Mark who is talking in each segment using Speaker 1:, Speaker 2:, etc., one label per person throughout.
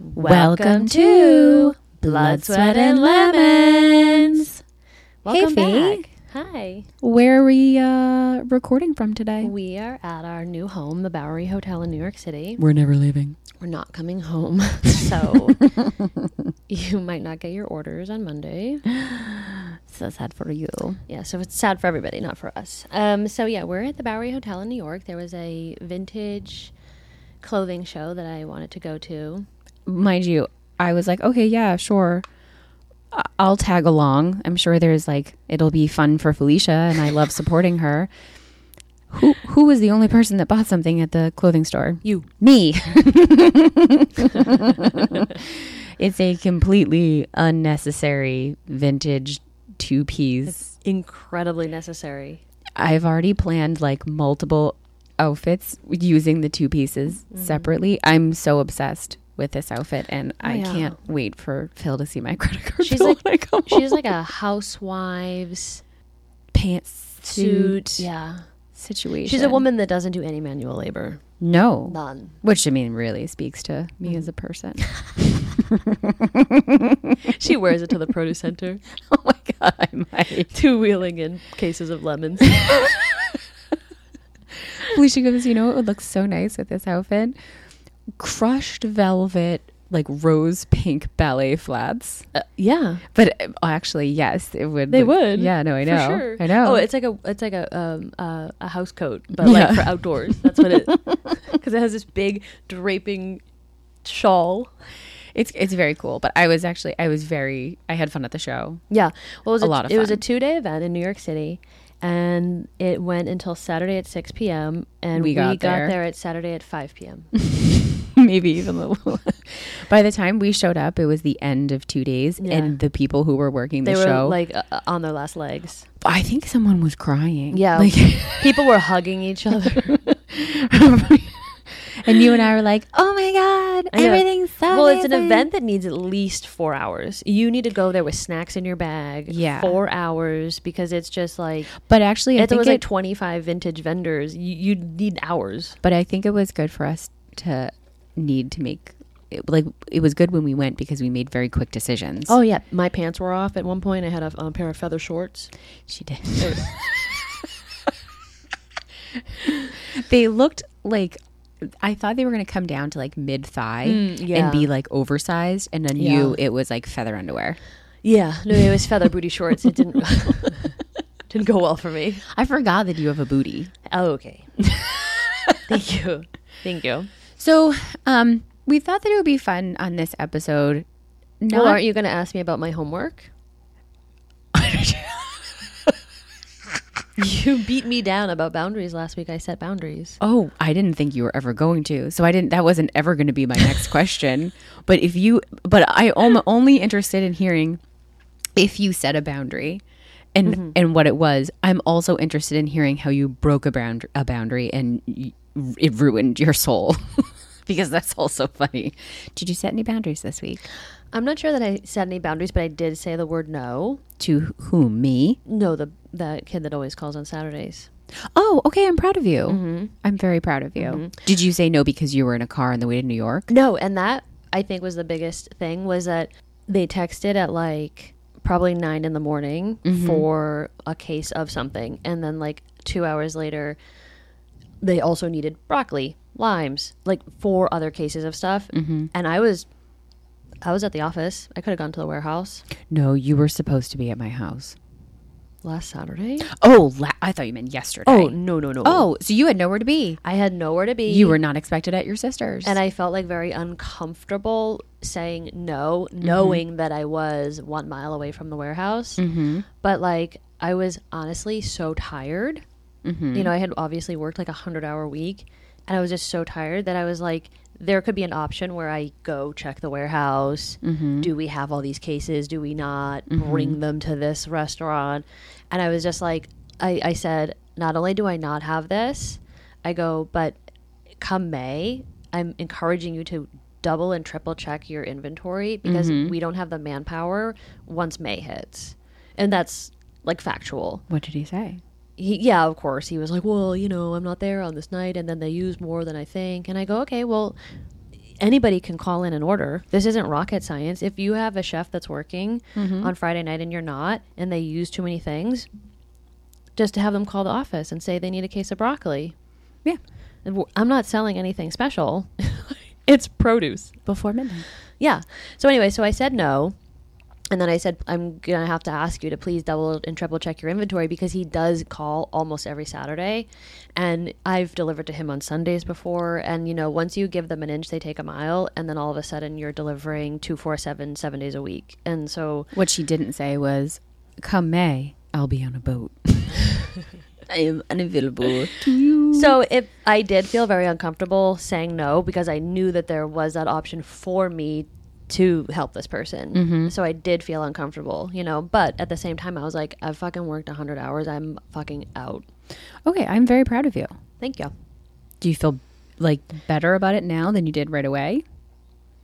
Speaker 1: Welcome to Blood, Sweat, and Lemons. Welcome
Speaker 2: Faye.
Speaker 1: back. Hi.
Speaker 2: Where are we uh, recording from today?
Speaker 1: We are at our new home, the Bowery Hotel in New York City.
Speaker 2: We're never leaving.
Speaker 1: We're not coming home, so you might not get your orders on Monday.
Speaker 2: So sad for you.
Speaker 1: Yeah, so it's sad for everybody, not for us. Um, so yeah, we're at the Bowery Hotel in New York. There was a vintage clothing show that I wanted to go to.
Speaker 2: Mind you, I was like, okay, yeah, sure. I- I'll tag along. I'm sure there's like it'll be fun for Felicia, and I love supporting her. Who who was the only person that bought something at the clothing store?
Speaker 1: You.
Speaker 2: Me. it's a completely unnecessary vintage two piece
Speaker 1: Incredibly necessary.
Speaker 2: I've already planned like multiple outfits using the two pieces
Speaker 1: Mm-hmm.
Speaker 2: separately. I'm so obsessed with this outfit, and I
Speaker 1: Oh, yeah.
Speaker 2: can't wait for Phil to see my credit card.
Speaker 1: She's
Speaker 2: bill
Speaker 1: like-
Speaker 2: when I come home.
Speaker 1: She's like a housewives
Speaker 2: pants
Speaker 1: suit.
Speaker 2: suit
Speaker 1: Yeah.
Speaker 2: situation.
Speaker 1: She's a woman that doesn't do any manual labor.
Speaker 2: No,
Speaker 1: None.
Speaker 2: which I mean really speaks to me
Speaker 1: Mm.
Speaker 2: as a person.
Speaker 1: She wears it to the produce center,
Speaker 2: oh my god, I might.
Speaker 1: two wheeling in cases of lemons.
Speaker 2: Felicia goes, you know what would look so nice with this outfit? Crushed velvet, like rose pink ballet flats.
Speaker 1: yeah,
Speaker 2: But uh, actually, yes, it would.
Speaker 1: they
Speaker 2: look-
Speaker 1: would.
Speaker 2: Yeah, no, I
Speaker 1: for
Speaker 2: know.
Speaker 1: sure.
Speaker 2: I know.
Speaker 1: Oh, it's like a it's like a um, uh, a house coat, but
Speaker 2: Yeah.
Speaker 1: like for outdoors. That's what it because it has this big draping shawl.
Speaker 2: it's it's very cool. But I was actually I was very I had fun at the show.
Speaker 1: Yeah, well, it was
Speaker 2: A
Speaker 1: a,
Speaker 2: lot of
Speaker 1: It was a
Speaker 2: fun.
Speaker 1: two day event in New York City, and it went until Saturday at six p.m. And
Speaker 2: We
Speaker 1: we
Speaker 2: got
Speaker 1: got,
Speaker 2: there.
Speaker 1: there. at Saturday at five p.m.
Speaker 2: Maybe even a little. By the time we showed up, it was the end of two days,
Speaker 1: Yeah.
Speaker 2: and the people who were working the
Speaker 1: they were
Speaker 2: show.
Speaker 1: like uh, uh, on their last legs.
Speaker 2: I think someone was crying.
Speaker 1: Yeah,
Speaker 2: like,
Speaker 1: people were hugging each other.
Speaker 2: and you and I were like, "Oh my god,
Speaker 1: I know.
Speaker 2: everything's so."
Speaker 1: Well, it's an
Speaker 2: amazing."
Speaker 1: event that needs at least four hours. You need to go there with snacks in your bag.
Speaker 2: Yeah.
Speaker 1: Four hours because it's just like,
Speaker 2: But actually, I
Speaker 1: if there
Speaker 2: think
Speaker 1: was
Speaker 2: it,
Speaker 1: like 25 vintage vendors, you, you need hours.
Speaker 2: but I think it was good for us to need to make. It, like it was good when we went because we made very quick decisions.
Speaker 1: Oh, yeah. My pants were off at one point. I had a um, pair of feather shorts.
Speaker 2: She did. they looked like I thought they were going to come down to like mid thigh
Speaker 1: yeah.
Speaker 2: and be like oversized, and then you it was like feather underwear.
Speaker 1: Yeah. No, it was feather booty shorts. It didn't. Didn't go well for me.
Speaker 2: I forgot that you have a booty.
Speaker 1: Oh, okay. Thank you. Thank you.
Speaker 2: So, um, we thought that it would be fun on this episode. Not
Speaker 1: well, aren't you going to ask me about my homework? You beat me down about boundaries last week. I set boundaries.
Speaker 2: Oh, I didn't think you were ever going to. So I didn't. That wasn't ever going to be my next question. But if you, but I am only interested in hearing if you set a boundary, and and what it was. I'm also interested in hearing how you broke a bound a boundary and y- it ruined your soul, because that's also funny. Did you set any boundaries this week?
Speaker 1: I'm not sure that I set any boundaries, but I did say the word no.
Speaker 2: To whom? Me?
Speaker 1: No, the that kid that always calls on Saturdays.
Speaker 2: Oh, okay. I'm proud of you. I'm very proud of you. Did you say no because you were in a car on the way to New York?
Speaker 1: No, and that I think was the biggest thing was that they texted at like probably nine in the morning
Speaker 2: Mm-hmm.
Speaker 1: for a case of something, and then like two hours later, they also needed broccoli, limes, like four other cases of stuff,
Speaker 2: Mm-hmm.
Speaker 1: and I was. I was at the office. I could have gone to the warehouse
Speaker 2: No, you were supposed to be at my house.
Speaker 1: last Saturday.
Speaker 2: Oh, la- I thought you meant yesterday.
Speaker 1: Oh no no no!
Speaker 2: oh, so you had nowhere to be.
Speaker 1: I had nowhere to be.
Speaker 2: You were not expected at your sister's.
Speaker 1: and I felt like very uncomfortable saying no, knowing that I was one mile away from the warehouse. But like, I was honestly so tired. You know, I had obviously worked like a hundred hour week, and I was just so tired that I was like, there could be an option where I go check the warehouse. Do we have all these cases? Do we not bring them to this restaurant? And I was just like, I, I said, not only do I not have this, I go, but come May, I'm encouraging you to double and triple check your inventory because we don't have the manpower once May hits. And that's like factual.
Speaker 2: what did he say?
Speaker 1: He, yeah, of course. He was like, well, you know, I'm not there on this night. And then they use more than I think. And I go, okay, well, anybody can call in and order. This isn't rocket science. If you have a chef that's working
Speaker 2: Mm-hmm.
Speaker 1: on Friday night and you're not, and they use too many things, just have them call the office and say they need a case of broccoli.
Speaker 2: Yeah.
Speaker 1: And w- I'm not selling anything special. it's produce.
Speaker 2: Before midnight.
Speaker 1: Yeah. So anyway, so I said no. And then I said, I'm going to have to ask you to please double and triple check your inventory because he does call almost every Saturday. And I've delivered to him on Sundays before. And, you know, once you give them an inch, they take a mile. And then all of a sudden you're delivering two, four, seven, seven days a week. And so,
Speaker 2: What she didn't say was, "Come May, I'll be on a boat. I am unavailable to you."
Speaker 1: so if I did feel very uncomfortable saying no because I knew that there was that option for me to help this person. So I did feel uncomfortable, you know, but at the same time, I was like, I've fucking worked 100 hours. I'm fucking out.
Speaker 2: Okay, I'm very proud of you.
Speaker 1: Thank you.
Speaker 2: Do you feel like better about it now than you did right away?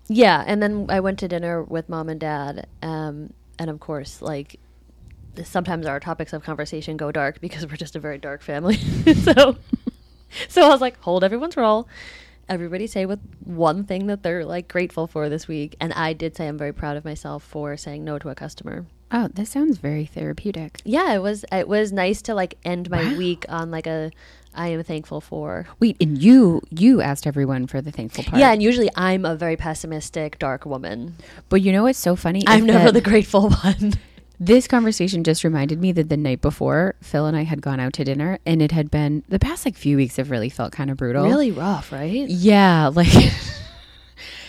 Speaker 1: Yeah, and then I went to dinner with mom and dad, um, and of course, like sometimes our topics of conversation go dark because we're just a very dark family. so, so I was like, hold everyone's roll. Everybody say what one thing that they're like grateful for this week, and I did say I'm very proud of myself for saying no to a customer.
Speaker 2: Oh, that sounds very therapeutic.
Speaker 1: Yeah, it was it was nice to like end my week on like a I am thankful for.
Speaker 2: Wait, and you you asked everyone for the thankful part.
Speaker 1: Yeah, and usually I'm a very pessimistic, dark woman.
Speaker 2: but you know what's so funny?
Speaker 1: I'm
Speaker 2: is
Speaker 1: never
Speaker 2: that
Speaker 1: the grateful one.
Speaker 2: This conversation just reminded me that the night before, Phil and I had gone out to dinner, and it had been the past like few weeks have really felt kind of brutal.
Speaker 1: really rough, right?
Speaker 2: Yeah, like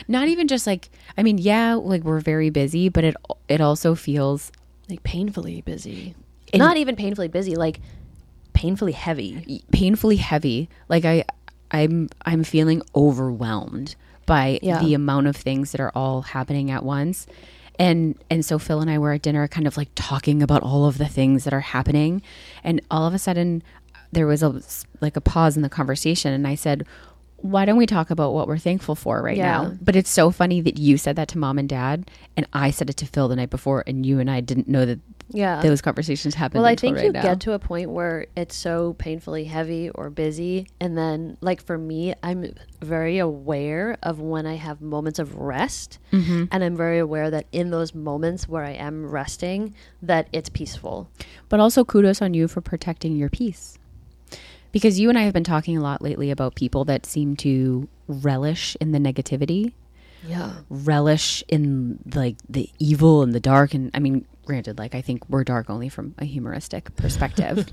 Speaker 2: not even just like I mean, yeah, like we're very busy, but it it also feels
Speaker 1: like painfully busy.
Speaker 2: And-
Speaker 1: Not even painfully busy, like painfully heavy.
Speaker 2: painfully heavy. Like I I'm I'm feeling overwhelmed by
Speaker 1: Yeah.
Speaker 2: the amount of things that are all happening at once. And and so Phil and I were at dinner kind of like talking about all of the things that are happening and all of a sudden there was a like a pause in the conversation and I said why don't we talk about what we're thankful for right
Speaker 1: Yeah.
Speaker 2: now? But it's so funny that you said that to mom and dad, and I said it to Phil the night before, and you and I didn't know that
Speaker 1: Yeah.
Speaker 2: those conversations happened.
Speaker 1: well, I
Speaker 2: until
Speaker 1: think
Speaker 2: right
Speaker 1: you
Speaker 2: now.
Speaker 1: get to a point where it's so painfully heavy or busy. And then, like for me, I'm very aware of when I have moments of rest. And I'm very aware that in those moments where I am resting, that it's peaceful.
Speaker 2: But also kudos on you for protecting your peace. Because you and I have been talking a lot lately about people that seem to relish in the negativity,
Speaker 1: Yeah.
Speaker 2: relish in like the evil and the dark and I mean granted like I think we're dark only from a humoristic perspective.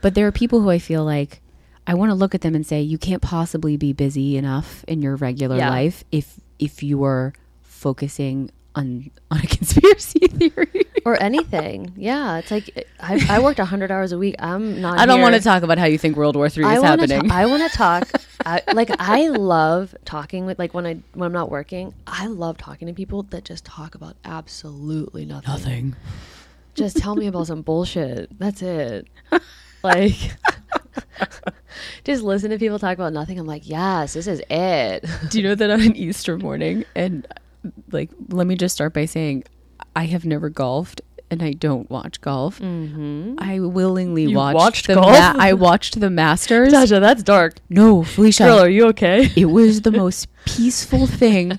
Speaker 2: but there are people who I feel like I want to look at them and say you can't possibly be busy enough in your regular
Speaker 1: Yeah.
Speaker 2: life if if you are focusing on on a conspiracy theory.
Speaker 1: Or anything. yeah. It's like I, I worked 100 hours a week. I'm not.
Speaker 2: I don't
Speaker 1: here-
Speaker 2: want to talk about how you think World War III is
Speaker 1: wanna ta-
Speaker 2: happening.
Speaker 1: I want to talk. I, like I love talking with like when I when I'm not working, I love talking to people that just talk about absolutely nothing.
Speaker 2: Nothing.
Speaker 1: Just tell me about some bullshit. That's it. Like just listen to people talk about nothing. I'm like, "Yes, this is it."
Speaker 2: Do you know that on an Easter morning, and like, let me just start by saying, I have never golfed and I don't watch golf. I willingly watched,
Speaker 1: Mm-hmm. watched
Speaker 2: the
Speaker 1: golf?
Speaker 2: I watched the Masters.
Speaker 1: that's dark.
Speaker 2: No, Felicia,
Speaker 1: you okay?
Speaker 2: it was the most peaceful thing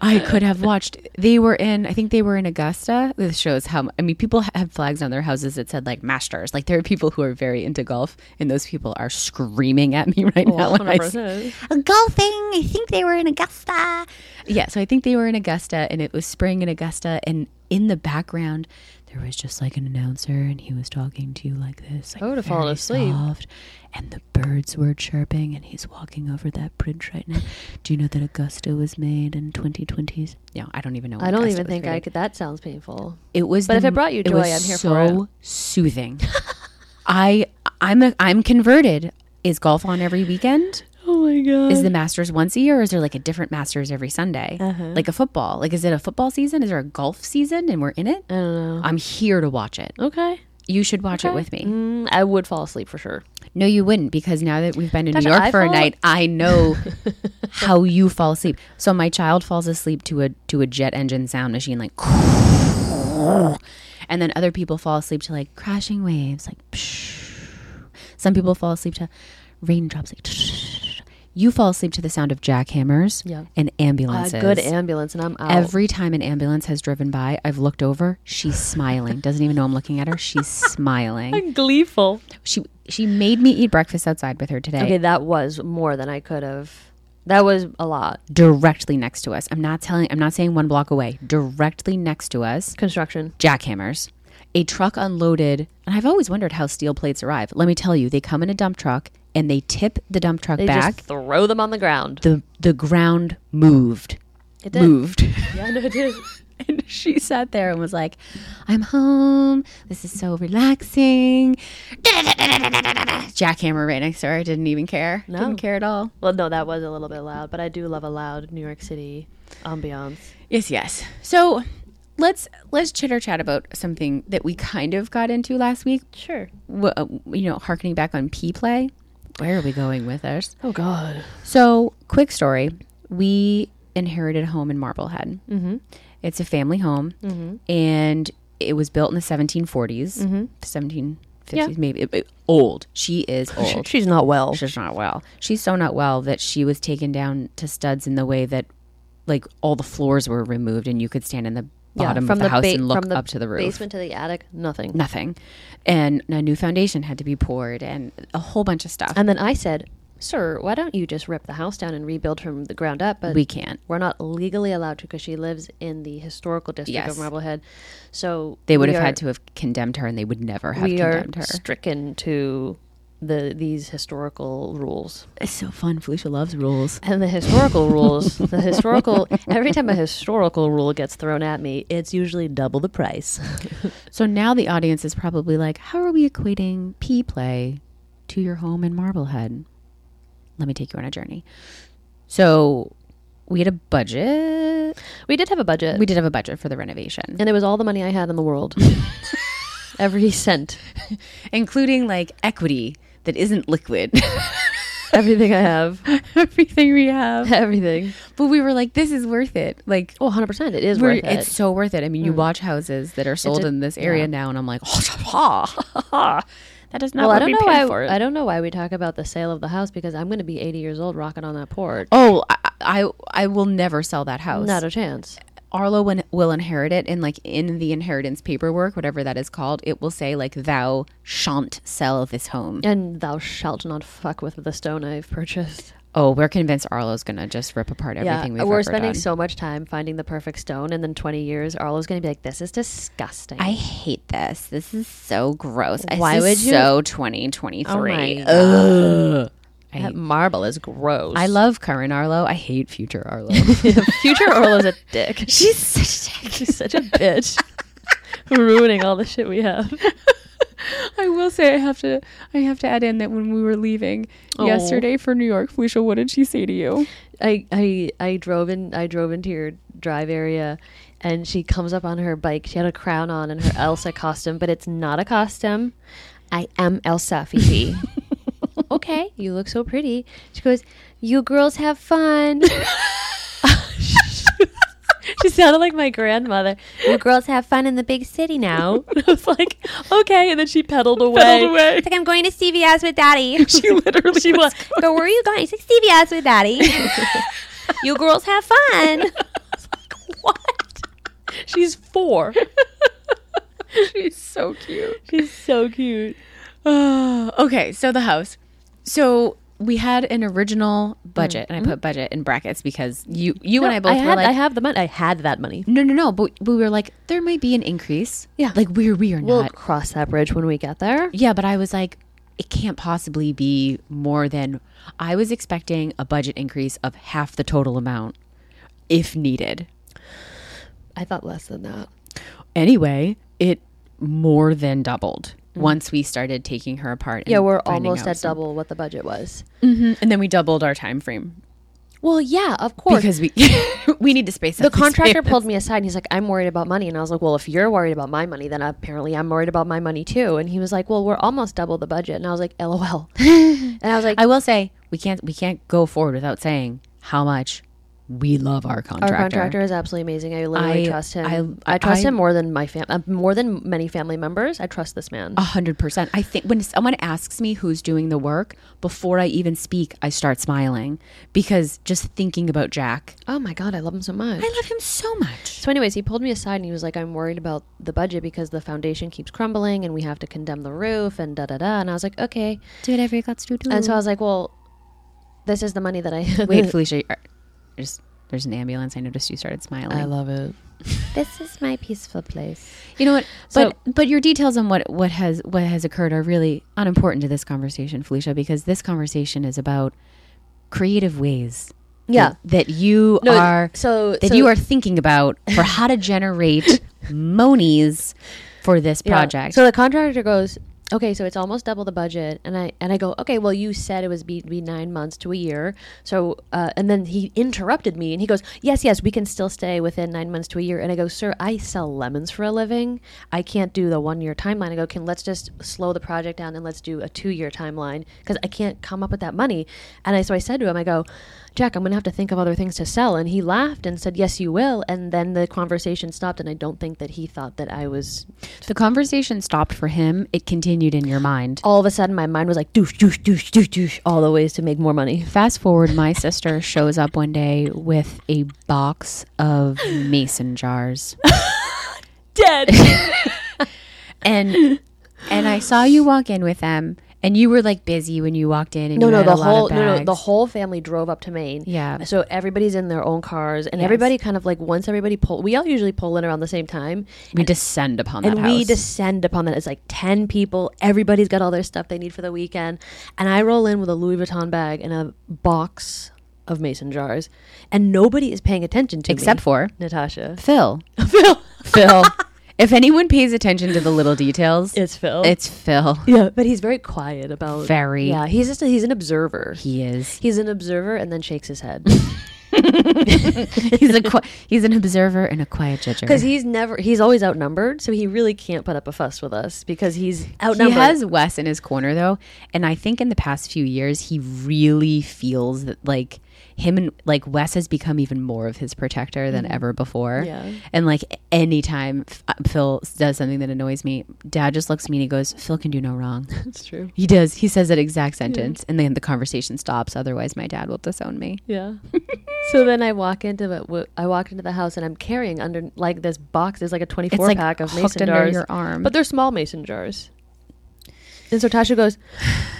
Speaker 2: I could have watched. They were in, I think they were in Augusta. This shows how, I mean, people had flags on their houses that said like Masters. Like there are people who are very into golf, and those people are screaming at me
Speaker 1: Oh,
Speaker 2: right now. When I s-
Speaker 1: 100%.
Speaker 2: golfing. I think they were in Augusta. Yeah, so I think they were in Augusta, and it was spring in Augusta, and in the background there was just like an announcer, and he was talking to you like this. Like
Speaker 1: I would've fallen
Speaker 2: very
Speaker 1: asleep.
Speaker 2: soft, and the birds were chirping, and he's walking over that bridge right now. Do you know that Augusta was made in 2020s? No, I don't even know. When
Speaker 1: I don't
Speaker 2: Augusta
Speaker 1: even
Speaker 2: was
Speaker 1: think I
Speaker 2: created.
Speaker 1: could that sounds painful.
Speaker 2: It was,
Speaker 1: But if
Speaker 2: the-
Speaker 1: it brought you joy,
Speaker 2: was
Speaker 1: I'm here for
Speaker 2: so soothing. I I'm a, I'm converted. Is golf on every weekend?
Speaker 1: Oh my god.
Speaker 2: Is the Masters once a year, or is there like a different Masters every Sunday?
Speaker 1: Uh-huh.
Speaker 2: Like a football? Like is it a football season? Is there a golf season, and we're in it?
Speaker 1: I don't know.
Speaker 2: I'm here to watch it.
Speaker 1: Okay.
Speaker 2: You should watch it
Speaker 1: Okay.
Speaker 2: with me.
Speaker 1: Mm, I would fall asleep for sure.
Speaker 2: No, you wouldn't, because now that we've been to
Speaker 1: Tasha,
Speaker 2: New York
Speaker 1: I
Speaker 2: for a
Speaker 1: fall-
Speaker 2: night, I know how you fall asleep. So my child falls asleep to a to a jet engine sound machine, like, and then other people fall asleep to like crashing waves, like. Some people fall asleep to raindrops, like. You fall asleep to the sound of jackhammers
Speaker 1: Yeah.
Speaker 2: and
Speaker 1: A
Speaker 2: ambulances.
Speaker 1: good ambulance, and I'm out.
Speaker 2: Every time an ambulance has driven by, I've looked over. She's smiling. Doesn't even know I'm looking at her. She's smiling.
Speaker 1: I'm gleeful.
Speaker 2: She she made me eat breakfast outside with her today,
Speaker 1: Okay, that was more than I could have. That was a lot.
Speaker 2: directly next to us. I'm not telling. I'm not saying one block away. Directly next to us,
Speaker 1: Construction.
Speaker 2: jackhammers. A truck unloaded, and I've always wondered how steel plates arrive. Let me tell you, they come in a dump truck and they tip the dump truck
Speaker 1: They
Speaker 2: back.
Speaker 1: just throw them on the ground.
Speaker 2: the the ground moved.
Speaker 1: It did.
Speaker 2: Moved.
Speaker 1: Yeah, no, it did.
Speaker 2: and she sat there and was like, I'm home. This is so relaxing. Jackhammer right next to her. Didn't even care.
Speaker 1: No.
Speaker 2: Didn't care at all.
Speaker 1: Well, no, that was a little bit loud, but I do love a loud New York City ambiance.
Speaker 2: Yes, yes. So let's let's chitter chat about something that we kind of got into last week.
Speaker 1: Sure.
Speaker 2: W- uh, you know, harkening back on P play. Where are we going with this?
Speaker 1: Oh God.
Speaker 2: So, quick story. We inherited a home in Marblehead. Mm-hmm. It's a family home, and it was built in the 1740s, 1750s,
Speaker 1: Yeah.
Speaker 2: maybe. It- it- old. She is old.
Speaker 1: She's not well.
Speaker 2: She's not well. She's so not well that she was taken down to studs in the way that, like, all the floors were removed, and you could stand in the bottom of the, house
Speaker 1: ba-
Speaker 2: and look
Speaker 1: from the
Speaker 2: up to the roof
Speaker 1: Basement to the attic, nothing.
Speaker 2: nothing and a new foundation had to be poured and a whole bunch of stuff
Speaker 1: And then I said, "Sir, why don't you just rip the house down and rebuild from the ground up?" But
Speaker 2: we can't
Speaker 1: we're not legally allowed to because she lives in the historical district
Speaker 2: Yes.
Speaker 1: of Marblehead. So
Speaker 2: they would
Speaker 1: we
Speaker 2: have
Speaker 1: are-
Speaker 2: had to have condemned her and they would never have
Speaker 1: We are
Speaker 2: condemned her
Speaker 1: stricken to the these historical rules.
Speaker 2: it's so fun felicia loves rules
Speaker 1: And the historical rules, the historical, every time a historical rule gets thrown at me, it's usually double the price.
Speaker 2: so now the audience is probably like how are we equating p play to your home in marblehead let me take you on a journey so we had a budget
Speaker 1: we did have a budget,
Speaker 2: we did have a budget for the renovation
Speaker 1: and it was all the money I had in the world. every cent,
Speaker 2: including like equity that isn't liquid
Speaker 1: everything I have,
Speaker 2: everything we have
Speaker 1: everything.
Speaker 2: But we were like, this is worth it. Like,
Speaker 1: Oh, 100%. It is
Speaker 2: we're-
Speaker 1: worth it.
Speaker 2: it's so worth it. I mean, you watch houses that are sold
Speaker 1: a-
Speaker 2: in this area
Speaker 1: yeah.
Speaker 2: now, and I'm like, that is not
Speaker 1: well,
Speaker 2: what
Speaker 1: I don't
Speaker 2: we
Speaker 1: know
Speaker 2: paid
Speaker 1: why
Speaker 2: for it.
Speaker 1: I don't know why we talk about the sale of the house because I'm going to be 80 years old rocking on that porch.
Speaker 2: oh, I, I I will never sell that house.
Speaker 1: Not a chance.
Speaker 2: Arlo win- will inherit it, and like in the inheritance paperwork, whatever that is called, it will say like, thou shan't sell this home.
Speaker 1: And thou shalt not fuck with the stone I've purchased.
Speaker 2: Oh, we're convinced Arlo's gonna just rip apart
Speaker 1: Yeah,
Speaker 2: everything we've
Speaker 1: we're
Speaker 2: ever
Speaker 1: spending
Speaker 2: done.
Speaker 1: so much time finding the perfect stone, and then 20 years, Arlo's going to be like, "This is disgusting."
Speaker 2: I hate this. This is so gross.
Speaker 1: Why
Speaker 2: this is
Speaker 1: would you-
Speaker 2: So 2023.
Speaker 1: God.
Speaker 2: Ugh. I
Speaker 1: that marble is gross.
Speaker 2: I love current Arlo. I hate future Arlo.
Speaker 1: future Arlo's a dick.
Speaker 2: She's such a
Speaker 1: She's such a bitch, ruining all the shit we have.
Speaker 2: I will say I have to I have to add in that when we were leaving yesterday for New York, Felicia, what did she say to you?
Speaker 1: I, I I drove in I drove into your drive area and she comes up on her bike. She had a crown on and her Elsa costume, but it's not a costume. I am Elsa Fifi. okay, you look so pretty. She goes, You girls have fun. she sounded like my grandmother. You girls have fun in the big city now. I was like, Okay. And then she pedaled away.
Speaker 2: away.
Speaker 3: It's like I'm going to CVS with Daddy.
Speaker 2: She literally
Speaker 1: She was.
Speaker 3: Go, where are you going? He's like CVS with Daddy. you girls have fun.
Speaker 1: What? She's four.
Speaker 2: She's so cute.
Speaker 1: She's so cute.
Speaker 2: okay, so the house. So we had an original budget, and I put budget in brackets because you you and I both
Speaker 1: Mm-hmm. I
Speaker 2: were
Speaker 1: had,
Speaker 2: like
Speaker 1: I have the money. I had that money.
Speaker 2: no, no, no, but we were like, there might be an increase.
Speaker 1: Yeah.
Speaker 2: Like, we're, we are
Speaker 1: We'll
Speaker 2: not
Speaker 1: cross that bridge when we get there.
Speaker 2: Yeah, but I was like, it can't possibly be more than I was expecting a budget increase of half the total amount if needed.
Speaker 1: I thought less than that.
Speaker 2: Anyway, it more than doubled once we started taking her apart.
Speaker 1: Yeah,
Speaker 2: and
Speaker 1: we're
Speaker 2: finding
Speaker 1: almost
Speaker 2: out
Speaker 1: at
Speaker 2: some-
Speaker 1: double what the budget was.
Speaker 2: Mhm, And then we doubled our time frame
Speaker 1: Well, yeah, of course.
Speaker 2: because we we need to space out
Speaker 1: the
Speaker 2: these
Speaker 1: contractor
Speaker 2: payments.
Speaker 1: pulled me aside and he's like, I'm worried about money. And I was like, Well, if you're worried about my money, then apparently I'm worried about my money too. And he was like, Well, we're almost double the budget. And I was like, LOL. and I was like,
Speaker 2: I will say we can't we can't go forward without saying how much we love our contractor.
Speaker 1: Our contractor is absolutely amazing. I literally
Speaker 2: I-
Speaker 1: trust him. I,
Speaker 2: I-
Speaker 1: trust
Speaker 2: I-
Speaker 1: him more than my fam, uh, more than many family members. I trust this man.
Speaker 2: A hundred percent. I think when someone asks me who's doing the work, before I even speak, I start smiling because just thinking about Jack.
Speaker 1: oh my god, I love him so much.
Speaker 2: I love him so much.
Speaker 1: So, anyways, he pulled me aside and he was like, "I'm worried about the budget because the foundation keeps crumbling and we have to condemn the roof and da da da." And I was like, "Okay."
Speaker 2: Do whatever you got to do.
Speaker 1: And so I was like, "Well, this is the money that I
Speaker 2: Wait, Felicia, are- there's there's an ambulance. I noticed you started smiling.
Speaker 1: I love it.
Speaker 3: This is my peaceful place.
Speaker 2: You know what?
Speaker 1: So-
Speaker 2: but but your details on what what has what has occurred are really unimportant to this conversation, Felicia, because this conversation is about creative ways.
Speaker 1: Yeah.
Speaker 2: That, that you
Speaker 1: No,
Speaker 2: are
Speaker 1: so-
Speaker 2: that
Speaker 1: so-
Speaker 2: you are thinking about for how to generate monies for this
Speaker 1: Yeah.
Speaker 2: project.
Speaker 1: So the contractor goes, "Okay, so it's almost double the budget." And I and I go, "Okay, well, you said it was be, be nine months to a year." So uh, and then he interrupted me and he goes, "Yes, yes, we can still stay within nine months to a year." And I go, "Sir, I sell lemons for a living. I can't do the one year timeline." I go, "Can let's just slow the project down and let's do a two year timeline because I can't come up with that money." And I so I said to him, I go. Jack, I'm going to have to think of other things to sell. And he laughed and said, Yes, you will. And then the conversation stopped. And I don't think that he thought that I was
Speaker 2: the conversation stopped for him. It continued in your mind.
Speaker 1: all of a sudden my mind was like douche douche douche douche douche all the ways to make more money
Speaker 2: Fast forward, my sister shows up one day with a box of mason jars.
Speaker 1: dead
Speaker 2: and and I saw you walk in with them, and you were like busy when you walked in. And
Speaker 1: no
Speaker 2: you
Speaker 1: no
Speaker 2: had a
Speaker 1: the
Speaker 2: lot of
Speaker 1: whole no no the
Speaker 2: bags.
Speaker 1: whole family drove up to maine
Speaker 2: Yeah.
Speaker 1: so everybody's in their own cars and everybody kind of like once everybody pull we all usually pull in around the same time
Speaker 2: we descend upon
Speaker 1: and
Speaker 2: that house.
Speaker 1: we descend upon that it's like 10 people everybody's got all their stuff they need for the weekend and i roll in with a louis vuitton bag and a box of mason jars and nobody is paying attention to
Speaker 2: except
Speaker 1: me,
Speaker 2: for
Speaker 1: natasha
Speaker 2: Phil.
Speaker 1: phil
Speaker 2: Phil. if anyone pays attention to the little details,
Speaker 1: it's phil
Speaker 2: it's Phil.
Speaker 1: Yeah, but he's very quiet about
Speaker 2: Very.
Speaker 1: Yeah, he's just a, he's an observer.
Speaker 2: He is.
Speaker 1: He's an observer and then shakes his head
Speaker 2: He's a qui- he's an observer and a quiet judger.
Speaker 1: because he's never he's always outnumbered, so he really can't put up a fuss with us because he's outnumbered.
Speaker 2: He has Wes in his corner though, and I think in the past few years he really feels that like him and like Wes has become even more of his protector than ever before.
Speaker 1: Mm-hmm. Yeah.
Speaker 2: And like anytime F- uh, Phil does something that annoys me, Dad just looks at me and he goes, "Phil can do no wrong."
Speaker 1: That's true.
Speaker 2: He does. He says that exact sentence, and then the conversation stops. Otherwise, my dad will disown me.
Speaker 1: Yeah. so then I walk into the w- I walk into the house and I'm carrying under like this box. There's like a 24
Speaker 2: like,
Speaker 1: pack of
Speaker 2: hooked
Speaker 1: mason
Speaker 2: under
Speaker 1: jars.
Speaker 2: your arm.
Speaker 1: but they're small mason jars. And so Tasha goes,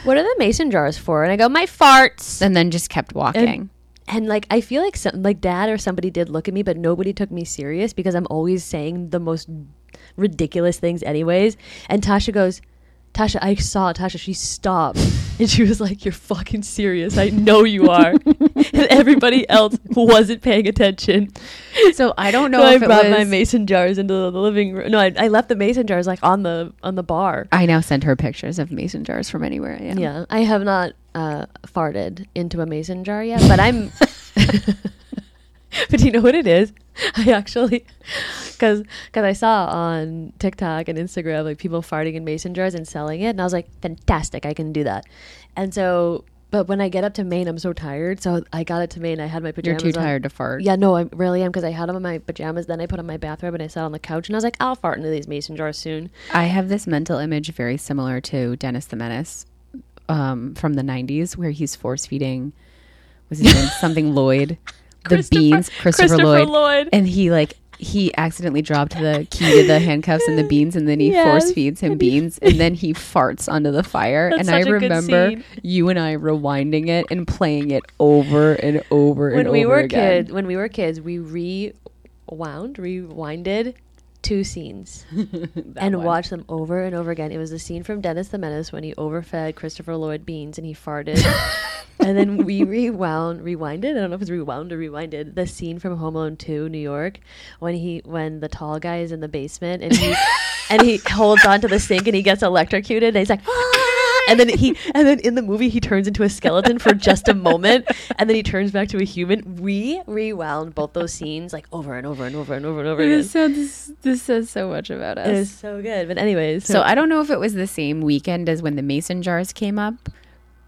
Speaker 1: "What are the mason jars for?" And I go, "My farts."
Speaker 2: And then just kept walking.
Speaker 1: and like I feel like some like dad or somebody did look at me, but nobody took me serious because I'm always saying the most ridiculous things, anyways. And Tasha goes, Tasha, I saw Tasha. She stopped and she was like, "You're fucking serious. I know you are." and everybody else wasn't paying attention.
Speaker 2: so I don't know
Speaker 1: so I
Speaker 2: if it
Speaker 1: brought my
Speaker 2: was-
Speaker 1: mason jars into the living room. No, I, I left the mason jars like on the on the bar.
Speaker 2: I now send her pictures of mason jars from anywhere I am.
Speaker 1: Yeah, I have not uh, farted into a mason jar yet, but I'm. but do you know what it is? I actually, because because I saw on TikTok and Instagram like people farting in mason jars and selling it, and I was like, fantastic, I can do that. And so, but when I get up to Maine, I'm so tired. So I got it to Maine. I had my
Speaker 2: You're
Speaker 1: pajamas.
Speaker 2: too
Speaker 1: on.
Speaker 2: tired to fart.
Speaker 1: Yeah, no, I really am because I had them in my pajamas. Then I put on my bathrobe and I sat on the couch and I was like, I'll fart into these mason jars soon.
Speaker 2: I have this mental image very similar to Dennis the Menace um, from the 90s, where he's force feeding, was his name something Lloyd? The
Speaker 1: Christopher-
Speaker 2: beans, Christopher,
Speaker 1: Christopher
Speaker 2: Lloyd.
Speaker 1: Lloyd.
Speaker 2: And he, like, he accidentally dropped the key to the handcuffs and the beans, and then he force
Speaker 1: Yes.
Speaker 2: feeds him beans, and then he farts onto the fire.
Speaker 1: That's
Speaker 2: and I
Speaker 1: such a good
Speaker 2: remember
Speaker 1: scene.
Speaker 2: you and I rewinding it and playing it over and over and
Speaker 1: when
Speaker 2: over
Speaker 1: we were
Speaker 2: again.
Speaker 1: kids when we were kids we rewound rewinded two scenes and watched them over and over again it was the scene from dennis the menace when he overfed christopher lloyd beans and he farted and then we rewound rewinded i don't know if it's rewound or rewinded the scene from home alone 2 new york when he when the tall guy is in the basement and he and he holds onto the sink and he gets electrocuted and he's like and then he and then in the movie he turns into a skeleton for just a moment and then he turns back to a human we rewound both those scenes like over and over and over and over and over again
Speaker 2: So this, this says so much about us.
Speaker 1: it was so good but anyways
Speaker 2: So I don't know if it was the same weekend as when the mason jars came up,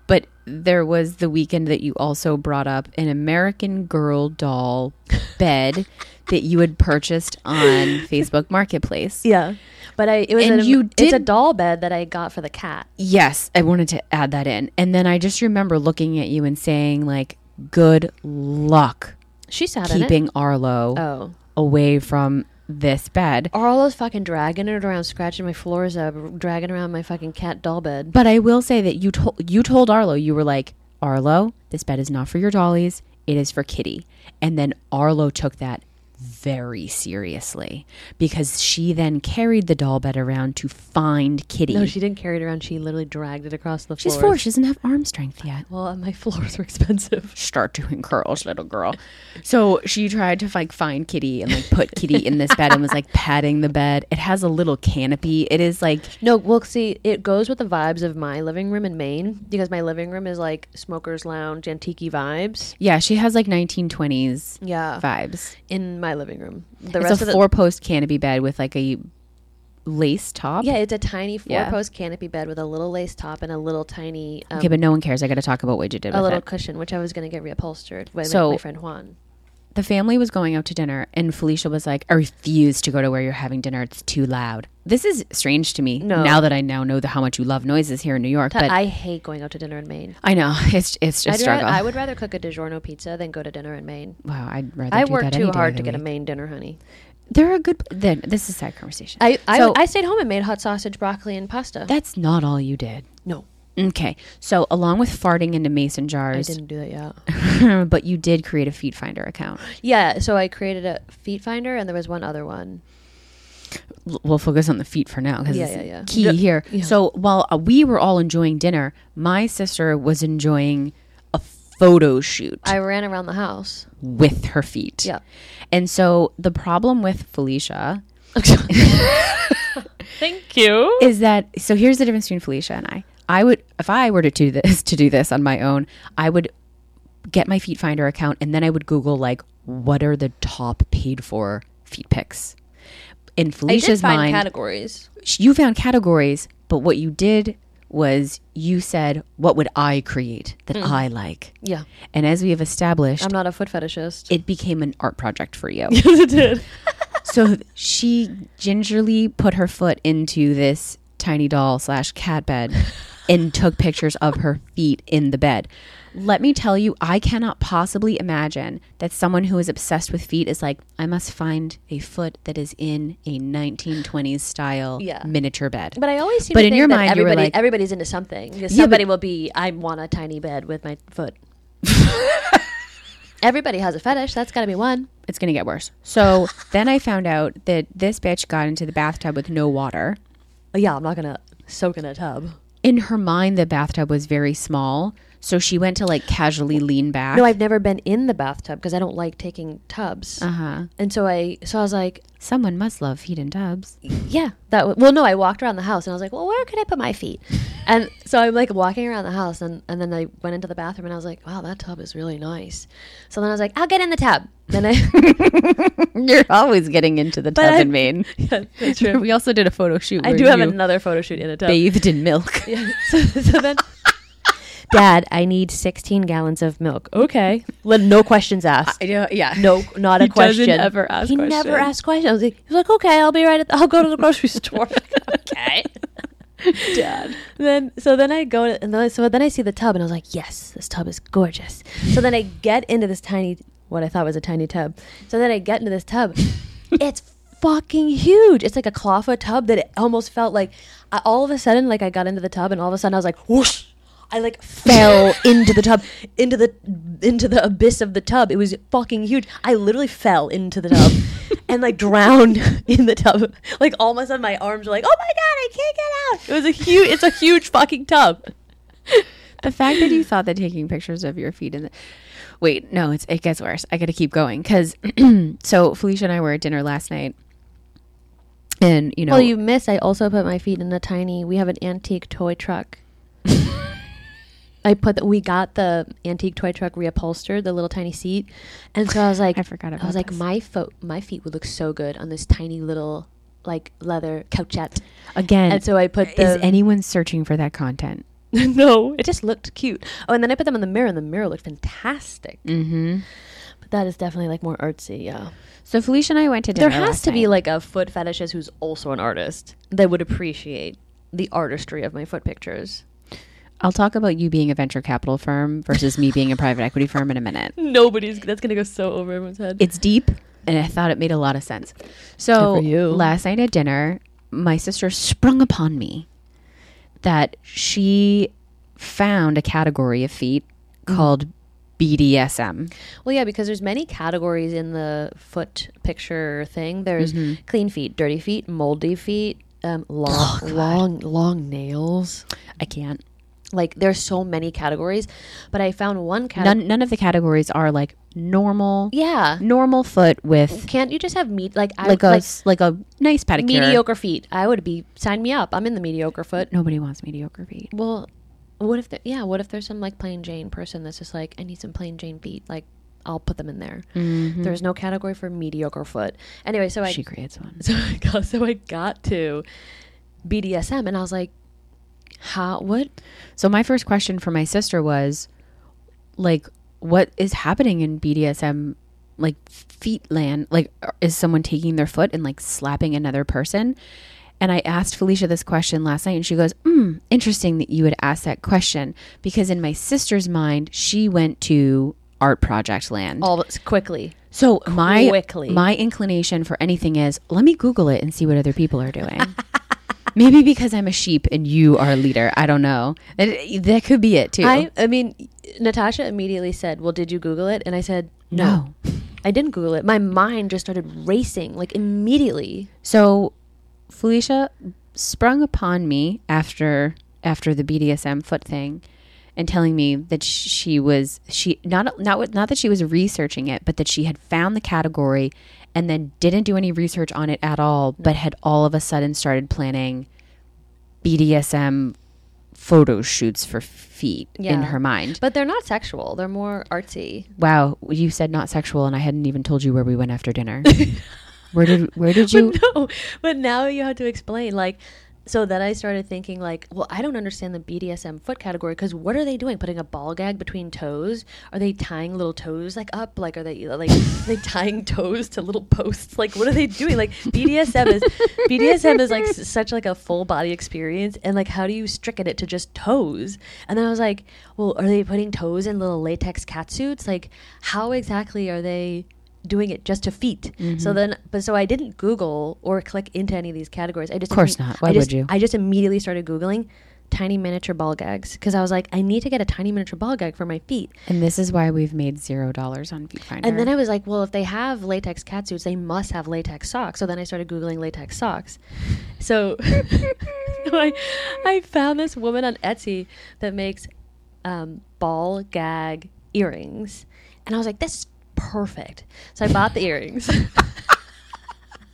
Speaker 2: but there was the weekend that you also brought up an American Girl doll bed that you had purchased on Facebook Marketplace.
Speaker 1: Yeah. But I it was
Speaker 2: And
Speaker 1: an,
Speaker 2: you
Speaker 1: it's a
Speaker 2: did-
Speaker 1: doll bed that I got for the cat.
Speaker 2: Yes, I wanted to add that in. And then I just remember looking at you and saying like good luck
Speaker 1: She sat in it.
Speaker 2: keeping Arlo
Speaker 1: Oh.
Speaker 2: away from this bed.
Speaker 1: Arlo's fucking dragging it around, scratching my floors up, dragging around my fucking cat doll bed.
Speaker 2: But I will say that you told you told Arlo you were like Arlo, this bed is not for your dollies. It is for Kitty. And then Arlo took that very seriously because she then carried the doll bed around to find Kitty.
Speaker 1: No, she didn't carry it around. She literally dragged it across the
Speaker 2: She's
Speaker 1: floor.
Speaker 2: four. She doesn't have arm strength yet.
Speaker 1: Well, and my floors were expensive.
Speaker 2: Start doing curls, little girl. So she tried to like find Kitty and like put Kitty in this bed and was like patting the bed. It has a little canopy. It is like
Speaker 1: No, well, see, it goes with the vibes of my living room in Maine because my living room is like smokers' lounge, antique vibes.
Speaker 2: yeah, she has like 1920s
Speaker 1: Yeah,
Speaker 2: vibes.
Speaker 1: in my living room. The
Speaker 2: it's
Speaker 1: rest
Speaker 2: a
Speaker 1: of the
Speaker 2: four post canopy bed with like a lace top.
Speaker 1: yeah, it's a tiny
Speaker 2: Yeah.
Speaker 1: four-post canopy bed with a little lace top and a little tiny um,
Speaker 2: Okay, but no one cares. I got to talk about what you did
Speaker 1: a
Speaker 2: with
Speaker 1: little
Speaker 2: it.
Speaker 1: cushion, which I was going to get reupholstered with
Speaker 2: So-
Speaker 1: my friend Juan.
Speaker 2: The family was going out to dinner, and Felicia was like, "I refuse to go to where you're having dinner. It's too loud." This is strange to me
Speaker 1: No.
Speaker 2: now that I now know the, how much you love noises here in New York. but I,
Speaker 1: I hate going out to dinner in Maine.
Speaker 2: know it's it's just
Speaker 1: I'd
Speaker 2: a
Speaker 1: ra-
Speaker 2: struggle.
Speaker 1: I would rather cook a DiGiorno pizza than go to dinner in Maine.
Speaker 2: wow, I'd rather.
Speaker 1: I
Speaker 2: do
Speaker 1: work
Speaker 2: that
Speaker 1: too
Speaker 2: any day
Speaker 1: hard
Speaker 2: of
Speaker 1: to
Speaker 2: the
Speaker 1: get a
Speaker 2: week.
Speaker 1: Maine dinner, honey.
Speaker 2: They're a good. Then this is a side conversation.
Speaker 1: I I,
Speaker 2: So-
Speaker 1: I stayed home and made hot sausage, broccoli, and pasta.
Speaker 2: That's not all you did.
Speaker 1: no,
Speaker 2: Okay, so along with farting into mason
Speaker 1: I
Speaker 2: jars,
Speaker 1: didn't do that yet.
Speaker 2: but you did create a feed finder account.
Speaker 1: Yeah, so I created a feet finder, and there was one other one.
Speaker 2: l- we'll focus on the feet for now because
Speaker 1: Yeah,
Speaker 2: it's
Speaker 1: yeah, yeah.
Speaker 2: key
Speaker 1: Yeah,
Speaker 2: here.
Speaker 1: yeah.
Speaker 2: So while uh, we were all enjoying dinner, my sister was enjoying a photo shoot
Speaker 1: I ran around the house.
Speaker 2: with her feet.
Speaker 1: Yeah.
Speaker 2: And so the problem with Felicia
Speaker 1: Thank you.
Speaker 2: is that so here's the difference between Felicia and I. I would if I were to do this to do this on my own, I would get my feet finder account and then I would Google like what are the top paid for feet pics. In
Speaker 1: I did
Speaker 2: Felicia's
Speaker 1: find
Speaker 2: mind,
Speaker 1: categories.
Speaker 2: you found categories, but what you did was you said, "What would I create that I like?"
Speaker 1: Yeah,
Speaker 2: And as we have established,
Speaker 1: I'm not a foot fetishist.
Speaker 2: it became an art project for you.
Speaker 1: Yes, it did.
Speaker 2: so she gingerly put her foot into this tiny doll slash cat bed and took pictures of her feet in the bed. Let me tell you, I cannot possibly imagine that someone who is obsessed with feet is like, I must find a foot that is in a 1920s style
Speaker 1: Yeah.
Speaker 2: miniature bed.
Speaker 1: But I always seem
Speaker 2: But
Speaker 1: to
Speaker 2: in
Speaker 1: think
Speaker 2: your
Speaker 1: that
Speaker 2: mind, you were
Speaker 1: everybody
Speaker 2: like-
Speaker 1: everybody's into something. 'Cause
Speaker 2: Yeah,
Speaker 1: somebody
Speaker 2: but-
Speaker 1: will be, I want a tiny bed with my foot. everybody has a fetish. That's got to be one.
Speaker 2: it's gonna get worse. So then I found out that this bitch got into the bathtub with no water.
Speaker 1: Oh, yeah, I'm not gonna soak in a tub.
Speaker 2: In her mind, the bathtub was very small, so she went to like casually lean back.
Speaker 1: No, I've never been in the bathtub because I don't like taking tubs.
Speaker 2: uh huh.
Speaker 1: And so I, so I was like,
Speaker 2: Someone must love feet in tubs.
Speaker 1: yeah, that. W- well, no, I walked around the house and I was like, well, where could I put my feet? and so I'm like walking around the house and and then I went into the bathroom and I was like, wow, that tub is really nice. So then I was like, I'll get in the tub. Then I.
Speaker 2: You're always getting into the tub
Speaker 1: I-
Speaker 2: in Maine.
Speaker 1: That's true.
Speaker 2: We also did a photo shoot.
Speaker 1: I
Speaker 2: where
Speaker 1: do have
Speaker 2: you
Speaker 1: another photo shoot in a tub.
Speaker 2: bathed in milk.
Speaker 1: Yeah, so, so then, Dad, I need 16 gallons of milk. Okay. Let- No questions asked.
Speaker 2: know. Yeah.
Speaker 1: No, not a
Speaker 2: He doesn't
Speaker 1: question.
Speaker 2: ever ask
Speaker 1: He never
Speaker 2: questions.
Speaker 1: asked questions. I was like, he was like, okay, I'll be right. At the, I'll go to the grocery store. okay.
Speaker 2: Dad.
Speaker 1: Then so then I go to, and then, so then I see the tub and I was like, yes, this tub is gorgeous. So then I get into this tiny what I thought was a tiny tub. So then I get into this tub. it's fucking huge. It's like a clawfoot tub that it almost felt like I, all of a sudden like I got into the tub and all of a sudden I was like whoosh. I like fell into the tub, into the into the abyss of the tub. It was fucking huge. I literally fell into the tub and like drowned in the tub. Like all of a sudden my arms were like, "Oh my god, I can't get out." It was a huge it's a huge fucking tub.
Speaker 2: The fact that you thought that taking pictures of your feet in the wait, no, it's it gets worse. I got to keep going because so Felicia and I were at dinner last night, and you know,
Speaker 1: Well, you missed. I also put my feet in a tiny. We have an antique toy truck. I put the, we got the antique toy truck reupholstered, the little tiny seat, and so I was like,
Speaker 2: I forgot about
Speaker 1: I was like,
Speaker 2: this.
Speaker 1: my foot, my feet would look so good on this tiny little like leather couchette.
Speaker 2: again,
Speaker 1: And so I put
Speaker 2: is
Speaker 1: the
Speaker 2: anyone searching for that content?
Speaker 3: no, it just looked cute. Oh, and then I put them in the mirror, and the mirror looked fantastic.
Speaker 2: Mm.
Speaker 3: Mm-hmm. But that is definitely like more artsy, yeah.
Speaker 2: So Felicia and I went to dinner.
Speaker 3: There has
Speaker 2: last
Speaker 3: to be
Speaker 2: night.
Speaker 3: like a foot fetishist who's also an artist that would appreciate the artistry of my foot pictures.
Speaker 2: I'll talk about you being a venture capital firm versus me being a private equity firm in a minute.
Speaker 3: Nobody's that's gonna go so over everyone's head.
Speaker 2: It's deep, and I thought it made a lot of sense. So
Speaker 3: Good for you.
Speaker 2: last night at dinner, my sister sprung upon me that she found a category of feet
Speaker 3: Mm-hmm.
Speaker 2: called BDSM.
Speaker 3: Well, yeah, because there's many categories in the foot picture thing. There's clean feet, dirty feet, moldy feet, um, long, long, long nails.
Speaker 2: I can't.
Speaker 3: Like there's so many categories, but I found one category.
Speaker 2: None none of the categories are like normal
Speaker 3: Yeah,
Speaker 2: normal foot with
Speaker 3: can't you just have meat like I
Speaker 2: like a
Speaker 3: like
Speaker 2: s- like a nice pedicure.
Speaker 3: mediocre feet? I would be sign me up. I'm in the mediocre foot.
Speaker 2: Nobody wants mediocre feet.
Speaker 3: Well, what if the, yeah? What if there's some like plain Jane person that's just like I need some plain Jane feet? Like I'll put them in there. There's no category for mediocre foot. Anyway, so I
Speaker 2: She creates one.
Speaker 3: so I got so I got to BDSM and I was like, how what
Speaker 2: So my first question for my sister was, like, what is happening in BDSM, like feet land? Like, are- is someone taking their foot and like slapping another person? And I asked Felicia this question last night, and she goes, mm, "Interesting that you would ask that question because in my sister's mind, she went to art project land.
Speaker 3: all this quickly.
Speaker 2: so my
Speaker 3: quickly.
Speaker 2: my inclination for anything is, let me Google it and see what other people are doing." Maybe because I'm a sheep and you are a leader. I don't know. That, that could be it too.
Speaker 3: I I mean Natasha immediately said, Well, did you Google it? And I said, No. I didn't Google it. My mind just started racing like immediately.
Speaker 2: So Felicia sprung upon me after after the BDSM foot thing and telling me that sh- she was she not not not that she was researching it but that she had found the category and then didn't do any research on it at all but had all of a sudden started planning BDSM photo shoots for feet in
Speaker 3: Yeah.
Speaker 2: her mind.
Speaker 3: But they're not sexual. They're more artsy.
Speaker 2: Wow, you said not sexual and I hadn't even told you where we went after dinner. where did where did you
Speaker 3: no, but now you have to explain. Like, so then I started thinking, like, well, I don't understand the BDSM foot category because what are they doing? Putting a ball gag between toes? Are they tying little toes like up? Like, are they like are they tying toes to little posts? Like, what are they doing? Like, BDSM is BDSM is like s- such like a full body experience, and like, how do you stricken it to just toes? And then I was like, well, are they putting toes in little latex catsuits? Like, how exactly are they? doing it just to feet. So
Speaker 2: Mm-hmm.
Speaker 3: then, but so I didn't Google or click into any of these categories. I just of
Speaker 2: course not. Why
Speaker 3: I just,
Speaker 2: would you?
Speaker 3: I just immediately started googling tiny miniature ball gags because I was like, I need to get a tiny miniature ball gag for my feet.
Speaker 2: And this is why we've made zero dollars on Feet Finder.
Speaker 3: And then I was like, well, if they have latex catsuits, they must have latex socks. So then I started googling latex socks. So, so I, I found this woman on Etsy that makes um, ball gag earrings, and I was like, this is perfect. So I bought the earrings.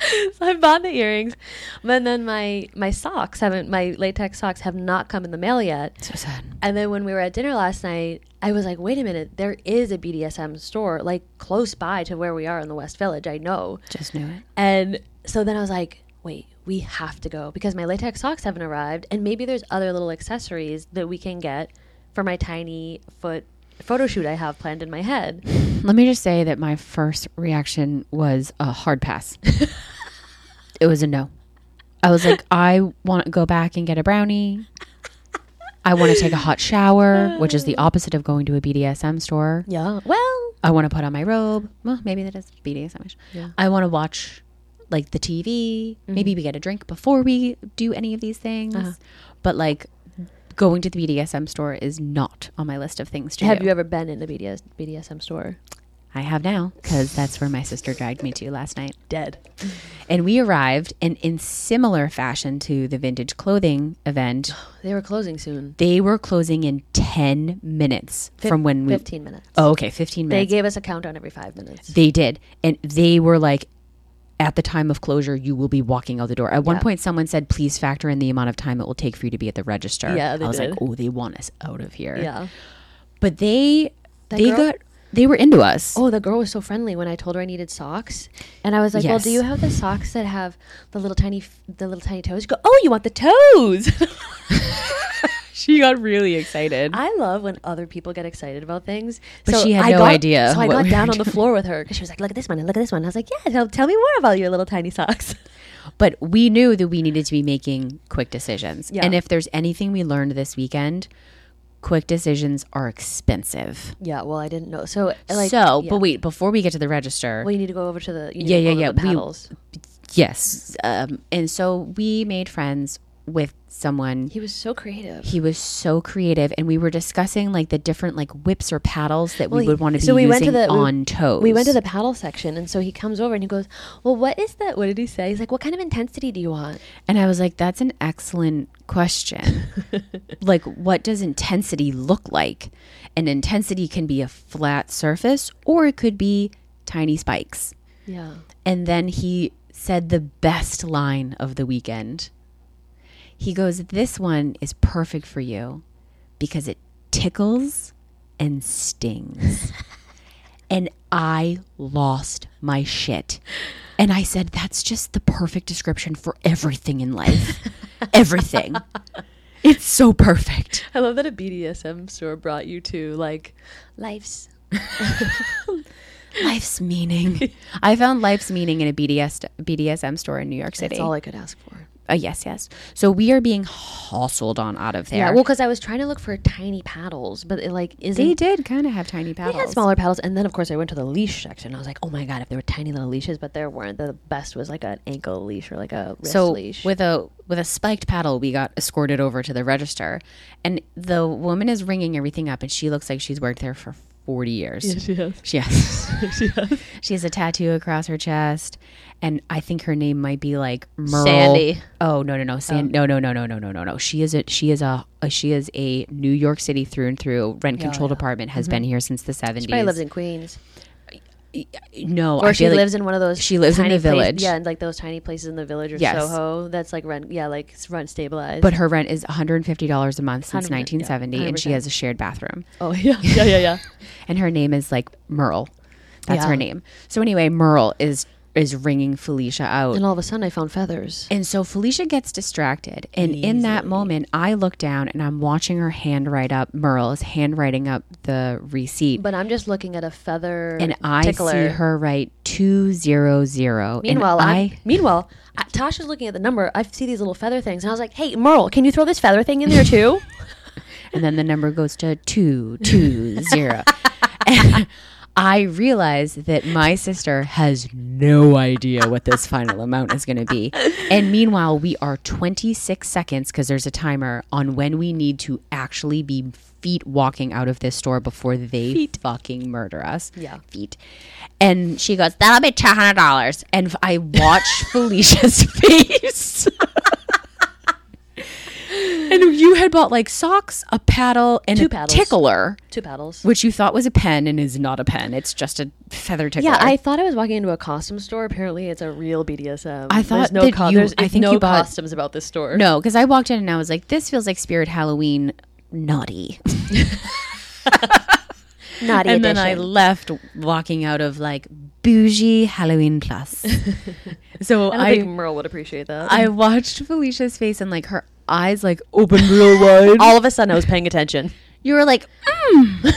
Speaker 3: So I bought the earrings, and then my my socks haven't my latex socks have not come in the mail yet.
Speaker 2: so sad.
Speaker 3: And then when we were at dinner last night, I was like, wait a minute, there is a BDSM store like close by to where we are in the West Village. I know.
Speaker 2: Just knew it.
Speaker 3: And so then I was like, wait, we have to go because my latex socks haven't arrived. And maybe there's other little accessories that we can get for my tiny foot photo shoot I have planned in my head.
Speaker 2: Let me just say that my first reaction was a hard pass. it was a no. I was like, I want to go back and get a brownie. I want to take a hot shower, which is the opposite of going to a BDSM store.
Speaker 3: Yeah. Well,
Speaker 2: I want to put on my robe. Well, maybe that is BDSM. Yeah. I want to watch like the TV.
Speaker 3: Mm-hmm.
Speaker 2: Maybe we get a drink before we do any of these things.
Speaker 3: Uh-huh.
Speaker 2: But like going to the BDSM store is not on my list of things to
Speaker 3: have
Speaker 2: do.
Speaker 3: you ever been in a BDS, BDSM store?
Speaker 2: I have now because that's where my sister dragged me to last night.
Speaker 3: Dead.
Speaker 2: And we arrived, and in similar fashion to the vintage clothing event,
Speaker 3: They were closing soon.
Speaker 2: they were closing in 10 minutes from when we.
Speaker 3: 15 minutes.
Speaker 2: Oh, okay, 15
Speaker 3: They
Speaker 2: minutes.
Speaker 3: gave us a countdown every five minutes.
Speaker 2: They did. And they were like, at the time of closure, you will be walking out the door. At one
Speaker 3: Yeah.
Speaker 2: point, someone said, please factor in the amount of time it will take for you to be at the register.
Speaker 3: Yeah, they
Speaker 2: I was like,
Speaker 3: did.
Speaker 2: oh, they want us out of here.
Speaker 3: Yeah.
Speaker 2: But they, they
Speaker 3: girl-
Speaker 2: got, they were into us.
Speaker 3: Oh, the girl was so friendly when I told her I needed socks, and I was like, "Well, do
Speaker 2: Yes.
Speaker 3: you have the socks that have the little tiny, f- the little tiny toes?" She go, "Oh, you want the toes?"
Speaker 2: she got really excited.
Speaker 3: I love when other people get excited about things.
Speaker 2: But she had
Speaker 3: I
Speaker 2: no
Speaker 3: got-
Speaker 2: idea
Speaker 3: So I
Speaker 2: what
Speaker 3: got
Speaker 2: we were
Speaker 3: down on the floor with her because she was like, "Look at this one and look at this one." I was like, "Yeah, tell, tell me more about your little tiny socks."
Speaker 2: but we knew that we needed to be making quick decisions.
Speaker 3: Yeah.
Speaker 2: And if there's anything we learned this weekend, quick decisions are expensive.
Speaker 3: Yeah, well, I didn't know. So uh, like,
Speaker 2: so,
Speaker 3: yeah.
Speaker 2: but wait, before we get to the register,
Speaker 3: well, you need to go over to the you need
Speaker 2: Yeah,
Speaker 3: to go
Speaker 2: yeah,
Speaker 3: over
Speaker 2: yeah,
Speaker 3: the
Speaker 2: we-
Speaker 3: paddles.
Speaker 2: yes. Um, and so we made friends with someone.
Speaker 3: he was so creative.
Speaker 2: He was so creative, and we were discussing like the different like whips or paddles that we
Speaker 3: Well,
Speaker 2: would want to be
Speaker 3: so we
Speaker 2: using
Speaker 3: went to the- we-
Speaker 2: on toes.
Speaker 3: We went to the paddle section, and so he comes over and he goes, "Well, what is that? What did he say?" He's like, "What kind of intensity do you want?"
Speaker 2: And I was like, that's an excellent question. like, what does intensity look like? And intensity can be a flat surface or it could be tiny spikes.
Speaker 3: Yeah,
Speaker 2: And then he said the best line of the weekend. He goes, This one is perfect for you because it tickles and stings. and I lost my shit. And I said, That's just the perfect description for everything in life. everything. It's so perfect.
Speaker 3: I love that a BDSM store brought you to like life's.
Speaker 2: Life's meaning. I found life's meaning in a BDS, BDSM store in New York City.
Speaker 3: That's all I could ask for.
Speaker 2: Uh, yes, yes. So we are being hustled on out of there.
Speaker 3: Yeah, well, because I was trying to look for tiny paddles, but it like isn't.
Speaker 2: they did kind of have tiny paddles.
Speaker 3: They had smaller paddles, and then of course I went to the leash section. I was like, "Oh my god, if there were tiny little leashes, but there weren't." The best was like an ankle leash or like a wrist
Speaker 2: so
Speaker 3: leash.
Speaker 2: with a with a spiked paddle, we got escorted over to the register, and the woman is ringing everything up, and she looks like she's worked there for forty years.
Speaker 3: she has.
Speaker 2: She has. she has a tattoo across her chest, and I think her name might be like Merle.
Speaker 3: Sandy.
Speaker 2: Oh no no no Sandy no no no no no no no no. She is a she is a she is a New York City through and through rent control department has been here since the seventies.
Speaker 3: Mm-hmm. Probably lives in Queens,
Speaker 2: no,
Speaker 3: or
Speaker 2: I
Speaker 3: she
Speaker 2: feel like-
Speaker 3: lives in one of those.
Speaker 2: she lives in
Speaker 3: tiny
Speaker 2: the
Speaker 3: place-
Speaker 2: village.
Speaker 3: yeah, and like those tiny places in the village or
Speaker 2: Yes.
Speaker 3: Soho. That's like rent, yeah, like it's rent stabilized.
Speaker 2: But her rent is $150 a month since
Speaker 3: 100, yeah,
Speaker 2: 1970, and she
Speaker 3: 100%.
Speaker 2: has a shared bathroom.
Speaker 3: oh yeah, yeah, yeah, yeah.
Speaker 2: And her name is like Merle. That's her
Speaker 3: Yeah.
Speaker 2: name. So anyway, Merle is is ringing Felicia out.
Speaker 3: and all of a sudden, I found feathers.
Speaker 2: And so Felicia gets distracted, and in that moment, I look down and I'm watching her hand write up. Merle is handwriting up the receipt,
Speaker 3: But I'm just looking at a feather
Speaker 2: and I
Speaker 3: tickler.
Speaker 2: see her write two zero zero.
Speaker 3: Meanwhile,
Speaker 2: and
Speaker 3: I meanwhile, I, Tasha's looking at the number. I see these little feather things, and I was like, "Hey, Merle, can you throw this feather thing in there too?"
Speaker 2: and then the number goes to two two zero. and I realize that my sister has no idea what this final amount is going to be, and meanwhile, we are twenty six seconds because there's a timer on when we need to actually be feet walking out of this store before they fucking murder us.
Speaker 3: Yeah.
Speaker 2: feet. And she goes, "That'll be two hundred dollars," and I watch Felicia's face. And you had bought like socks, a paddle, and a
Speaker 3: paddles.
Speaker 2: tickler,
Speaker 3: Two paddles.
Speaker 2: which you thought was a pen and is not a pen. It's just a feather tickler.
Speaker 3: Yeah, I thought I was walking into a costume store. Apparently, it's a real BDSM.
Speaker 2: I
Speaker 3: there's
Speaker 2: thought
Speaker 3: no
Speaker 2: that
Speaker 3: co-
Speaker 2: you-
Speaker 3: there's
Speaker 2: I think
Speaker 3: no
Speaker 2: you bought-
Speaker 3: costumes about this store.
Speaker 2: no, because I walked in and I was like, "This feels like Spirit Halloween naughty."
Speaker 3: naughty
Speaker 2: and then I left, walking out of like bougie Halloween plus. so
Speaker 3: I,
Speaker 2: I,
Speaker 3: think Merle would appreciate that.
Speaker 2: I watched Felicia's face and like her eyes like open real wide.
Speaker 3: all of a sudden, I was paying attention.
Speaker 2: you were like, mm.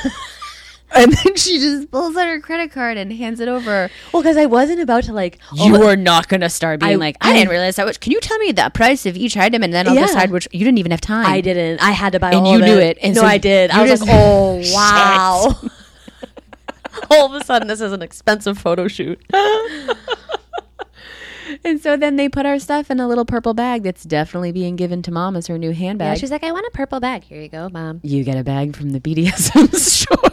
Speaker 2: and then she just pulls out her credit card and hands it over.
Speaker 3: Well, because I wasn't about to like.
Speaker 2: you are not going to start being
Speaker 3: I-
Speaker 2: like, I, didn't realize how much. Can you tell me the price of each item, and then I'll
Speaker 3: Yeah.
Speaker 2: decide which you didn't even have time.
Speaker 3: I didn't. I had to buy
Speaker 2: And
Speaker 3: all
Speaker 2: you
Speaker 3: of
Speaker 2: knew it, and
Speaker 3: no,
Speaker 2: so
Speaker 3: I did. I
Speaker 2: you
Speaker 3: was
Speaker 2: just-
Speaker 3: like, oh wow. all of a sudden, this is an expensive photo shoot.
Speaker 2: And so then they put our stuff in a little purple bag that's definitely being given to mom as her new handbag.
Speaker 3: like, I want a purple bag. Here you go, mom.
Speaker 2: you get a bag from the BDSM store.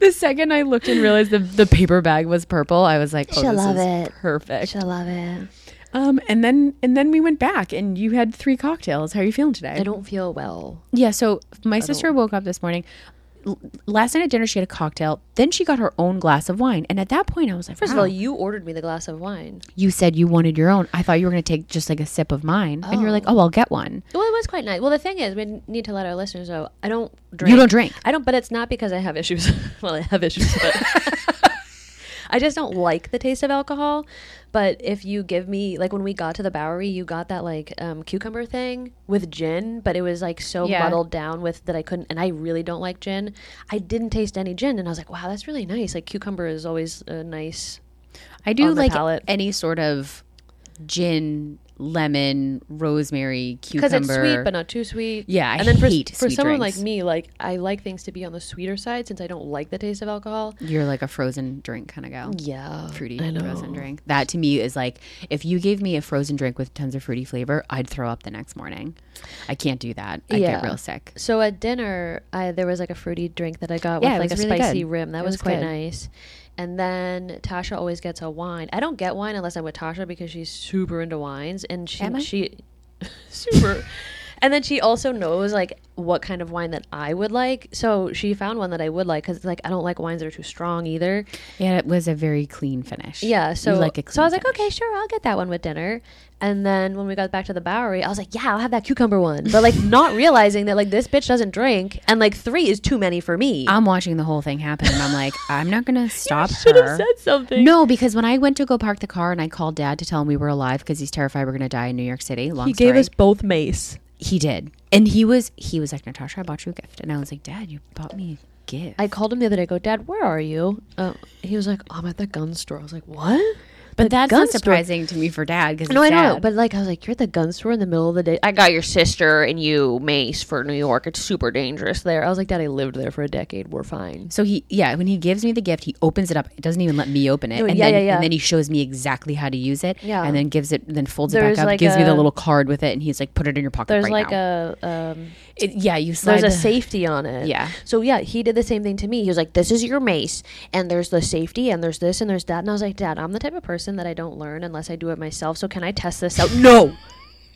Speaker 2: the second I looked and realized the the paper bag was purple, I was like, oh,
Speaker 3: She'll
Speaker 2: this
Speaker 3: love
Speaker 2: is
Speaker 3: it.
Speaker 2: perfect.
Speaker 3: I love it.
Speaker 2: Um, and then and then we went back, and you had three cocktails. How are you feeling today?
Speaker 3: I don't feel well.
Speaker 2: Yeah, so my sister woke up this morning. L- last night at dinner, she had a cocktail. Then she got her own glass of wine. And at that point, I was like,
Speaker 3: First
Speaker 2: wow,
Speaker 3: of all, you ordered me the glass of wine.
Speaker 2: you said you wanted your own. I thought you were going to take just like a sip of mine. And you're like, oh, I'll get one.
Speaker 3: Well, it was quite nice. Well, the thing is, we need to let our listeners know I don't drink.
Speaker 2: don't drink.
Speaker 3: I don't, but it's not because I have issues. well, I have issues, but I just don't like the taste of alcohol. But if you give me like when we got to the Bowery, you got that like um, cucumber thing with gin, but it was like so
Speaker 2: Yeah.
Speaker 3: muddled down with that I couldn't. And I really don't like gin. I didn't taste any gin, and I was like, wow, that's really nice. Like cucumber is always a nice.
Speaker 2: I do
Speaker 3: on the
Speaker 2: like
Speaker 3: palate.
Speaker 2: any sort of gin, lemon, rosemary, cucumber.
Speaker 3: Because it's sweet, but not too sweet.
Speaker 2: Yeah, I
Speaker 3: and then for,
Speaker 2: hate
Speaker 3: for
Speaker 2: sweet
Speaker 3: someone
Speaker 2: drinks.
Speaker 3: like me, like I like things to be on the sweeter side since I don't like the taste of alcohol.
Speaker 2: You're like a frozen drink kind of gal.
Speaker 3: Yeah,
Speaker 2: Fruity
Speaker 3: I know.
Speaker 2: frozen drink. That to me is like if you gave me a frozen drink with tons of fruity flavor, I'd throw up the next morning. I can't do that. I
Speaker 3: Yeah.
Speaker 2: get real sick.
Speaker 3: So at dinner, I there was like a fruity drink that I got
Speaker 2: Yeah, it
Speaker 3: with like a
Speaker 2: was really
Speaker 3: spicy
Speaker 2: good.
Speaker 3: rim. That
Speaker 2: It
Speaker 3: was,
Speaker 2: was
Speaker 3: quite
Speaker 2: good.
Speaker 3: nice. And then Tasha always gets a wine. I don't get wine unless I'm with Tasha because she's super into wines and she
Speaker 2: Am I?
Speaker 3: she super. And then she also knows like what kind of wine that I would like. So she found one that I would like because like I don't like wines that are too strong either.
Speaker 2: Yeah, it was a very clean finish.
Speaker 3: Yeah,
Speaker 2: You
Speaker 3: so
Speaker 2: like a
Speaker 3: so I was
Speaker 2: clean
Speaker 3: like, okay, sure, I'll get that one with dinner. And then when we got back to the Bowery, I was like, yeah, I'll have that cucumber one, but like not realizing that like this bitch doesn't drink, and like three is too many for me.
Speaker 2: I'm watching the whole thing happen, and I'm like, I'm not gonna stop
Speaker 3: should
Speaker 2: her.
Speaker 3: have said something.
Speaker 2: No, because when I went to go park the car and I called dad to tell him we were alive because he's terrified we're gonna die in New York City. Long
Speaker 3: he gave
Speaker 2: story.
Speaker 3: us both mace.
Speaker 2: He did, and he was he was like, Natasha, I bought you a gift, and I was like, Dad, you bought me a gift.
Speaker 3: I called him the other day. I go, Dad, where are you? Uh, he was like, I'm at the gun store. I was like, what?
Speaker 2: but that's
Speaker 3: gun
Speaker 2: not
Speaker 3: store-
Speaker 2: surprising to me for Dad because
Speaker 3: No, I know, but like I was like, you're at the gun store in the middle of the day. I got your sister and you mace for New York. It's super dangerous there. I was like, Dad, I lived there for a decade. We're fine.
Speaker 2: So he, yeah, when he gives me the gift, he opens it up. It doesn't even let me open it,
Speaker 3: No,
Speaker 2: and
Speaker 3: yeah,
Speaker 2: then
Speaker 3: yeah, yeah.
Speaker 2: and then he shows me exactly how to use it,
Speaker 3: Yeah.
Speaker 2: and then gives it, then folds it
Speaker 3: There's
Speaker 2: back up,
Speaker 3: like
Speaker 2: gives me
Speaker 3: a-
Speaker 2: the little card with it, and he's like, put it in your pocket
Speaker 3: There's
Speaker 2: right
Speaker 3: like
Speaker 2: now.
Speaker 3: a um,
Speaker 2: It- yeah, you slide
Speaker 3: there's a
Speaker 2: the-
Speaker 3: safety on it.
Speaker 2: Yeah.
Speaker 3: So yeah, he did the same thing to me. He was like, "This is your mace, and there's the safety, and there's this, and there's that." And I was like, "Dad, I'm the type of person that I don't learn unless I do it myself. So can I test this out?" no.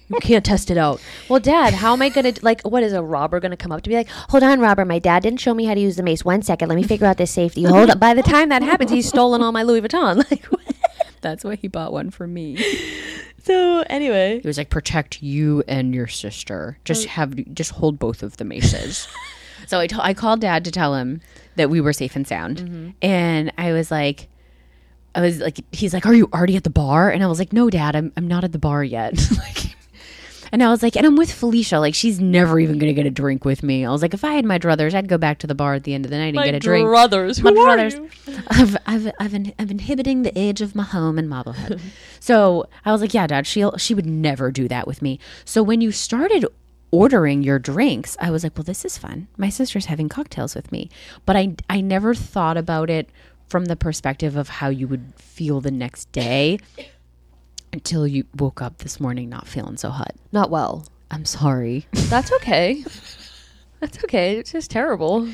Speaker 3: You can't test it out. Well, Dad, how am I gonna like? What is a robber gonna come up to be like? Hold on, robber. My dad didn't show me how to use the mace. One second, let me figure out this safety. Hold up. By the time that happens, he's stolen all my Louis Vuitton. Like,
Speaker 2: That's why he bought one for me. He
Speaker 3: so anyway,
Speaker 2: was like, protect you and your sister. Just have, just hold both of the maces. so I, t- I called dad to tell him that we were safe and sound. And I was like, I was like, he's like, are you already at the bar? And I was like, no, dad, I'm, I'm not at the bar yet. like, and I was like, and I'm with Felicia. Like, she's never even going to get a drink with me. I was like, if I had my druthers, I'd go back to the bar at the end of the night and get a drink.
Speaker 3: brothers,
Speaker 2: My brothers. I've, I've, I've, in, I'm inhibiting the age of my home in Marblehead. so I was like, yeah, Dad, she'll, she would never do that with me. So when you started ordering your drinks, I was like, well, this is fun. My sister's having cocktails with me. But I, I never thought about it from the perspective of how you would feel the next day until you woke up this morning not feeling so hot.
Speaker 3: Not well.
Speaker 2: I'm sorry.
Speaker 3: That's okay. That's okay. It's just terrible.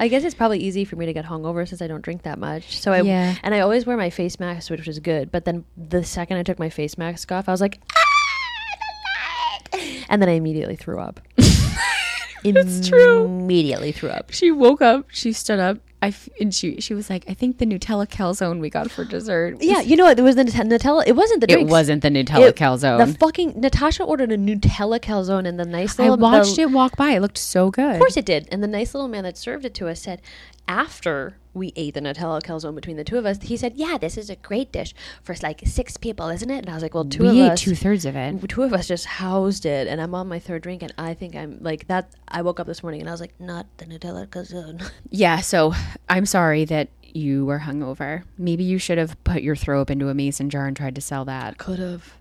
Speaker 3: I guess it's probably easy for me to get hungover since I don't drink that much. So I
Speaker 2: Yeah.
Speaker 3: and I always wear my face mask, which was good. But then the second I took my face mask off, I was like, "Ah, I don't like it." and then I immediately threw up. it's true. Immediately threw up.
Speaker 2: she woke up, she stood up, I f- and she she was like, I think the Nutella calzone we got for dessert. was
Speaker 3: Yeah, you know what? It was the Nute- Nutella. It wasn't the.
Speaker 2: It
Speaker 3: drinks.
Speaker 2: wasn't the Nutella
Speaker 3: It-
Speaker 2: calzone.
Speaker 3: The fucking Natasha ordered a Nutella calzone and the nice
Speaker 2: I
Speaker 3: little. the-
Speaker 2: watched it walk by. It looked so good.
Speaker 3: Of course it did. And the nice little man that served it to us said, after we ate the Nutella calzone between the two of us, he said, "Yeah, this is a great dish for like six people, isn't it?" And I was like, "Well, two
Speaker 2: we
Speaker 3: of
Speaker 2: ate
Speaker 3: us,
Speaker 2: two thirds of it.
Speaker 3: two of us just housed it." And I'm on my third drink, and I think I'm like that. I woke up this morning and I was like, "Not the Nutella calzone."
Speaker 2: Yeah. So I'm sorry that you were hungover. Maybe you should have put your throw up into a mason jar and tried to sell that.
Speaker 3: Could have.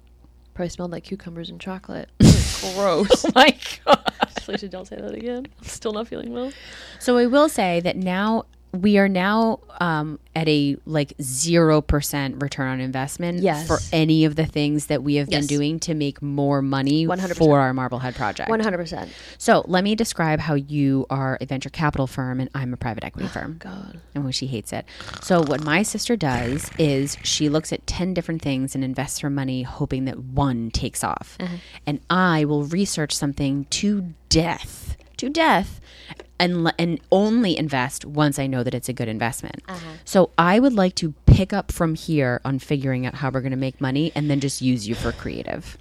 Speaker 3: Probably smelled like cucumbers and chocolate. Gross. oh my god. Felicia, don't say that again. I'm still not feeling well.
Speaker 2: So I will say that now we are now um, at a like zero percent return on investment
Speaker 3: Yes.
Speaker 2: for any of the things that we have
Speaker 3: Yes.
Speaker 2: been doing to make more money
Speaker 3: 100%.
Speaker 2: for our Marblehead project.
Speaker 3: One hundred percent.
Speaker 2: So let me describe how you are a venture capital firm and I'm a private equity firm.
Speaker 3: God.
Speaker 2: and when she hates it. So what my sister does is she looks at 10 different things and invests her money hoping that one takes off. And I will research something to death, to death. And, le- and only invest once I know that it's a good investment. So I would like to pick up from here on figuring out how we're going to make money and then just use you for creative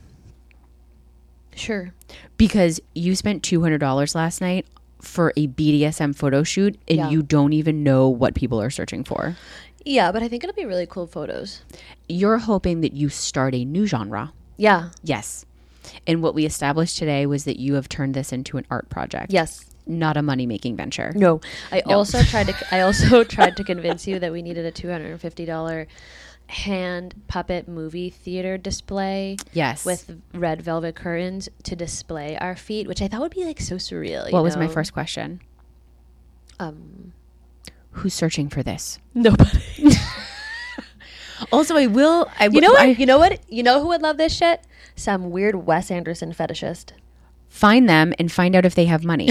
Speaker 3: Sure.
Speaker 2: because you spent $200 last night for a BDSM photo shoot and
Speaker 3: Yeah.
Speaker 2: you don't even know what people are searching for.
Speaker 3: Yeah, but I think it'll be really cool photos.
Speaker 2: You're hoping that you start a new genre.
Speaker 3: Yeah.
Speaker 2: Yes. And what we established today was that you have turned this into an art project.
Speaker 3: Yes.
Speaker 2: Not a money making venture.
Speaker 3: No. I also tried to I also tried to convince you that we needed a $250 hand puppet movie theater display
Speaker 2: Yes.
Speaker 3: with red velvet curtains to display our feet, which I thought would be like so surreal. you
Speaker 2: what was my
Speaker 3: know?
Speaker 2: first question?
Speaker 3: Um,
Speaker 2: Who's searching for this?
Speaker 3: nobody.
Speaker 2: Also, I will. I
Speaker 3: You know what? you know what? You know who would love this shit? Some weird Wes Anderson fetishist.
Speaker 2: find them and find out if they have money.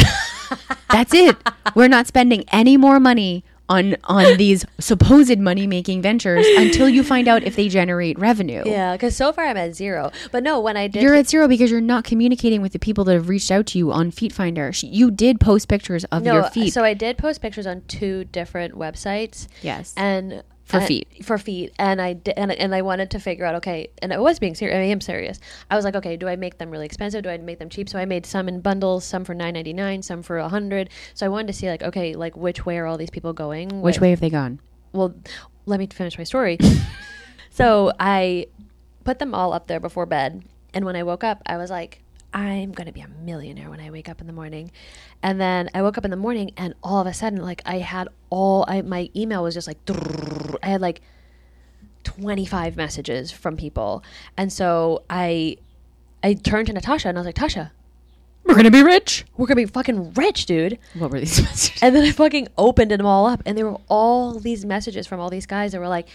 Speaker 2: That's it. We're not spending any more money on on these supposed money making ventures until you find out if they generate revenue.
Speaker 3: Yeah, because so far I'm at zero. But no, when I did,
Speaker 2: You're at zero because you're not communicating with the people that have reached out to you on Feet Finder. Sh- You did post pictures of
Speaker 3: no, uh,
Speaker 2: your feet.
Speaker 3: so I did post pictures on two different websites.
Speaker 2: yes.
Speaker 3: and
Speaker 2: For
Speaker 3: I-
Speaker 2: feet.
Speaker 3: for feet and i di- and, and i wanted to figure out okay and i was being serious i am serious i was like okay do i make them really expensive do i make them cheap so i made some in bundles some for 9.99 some for 100 so i wanted to see like okay like which way are all these people going
Speaker 2: Which
Speaker 3: What-
Speaker 2: way have they gone?
Speaker 3: well let me finish my story so i put them all up there before bed and when i woke up i was like i'm going to be a millionaire when i wake up in the morning and then i woke up in the morning and all of a sudden like i had all I, my email was just like i had like 25 messages from people and so i i turned to natasha and i was like tasha
Speaker 2: We're gonna be rich.
Speaker 3: we're going to be fucking rich dude
Speaker 2: What were these messages?
Speaker 3: and then I fucking opened them all up, and there were all these messages from all these guys that were like,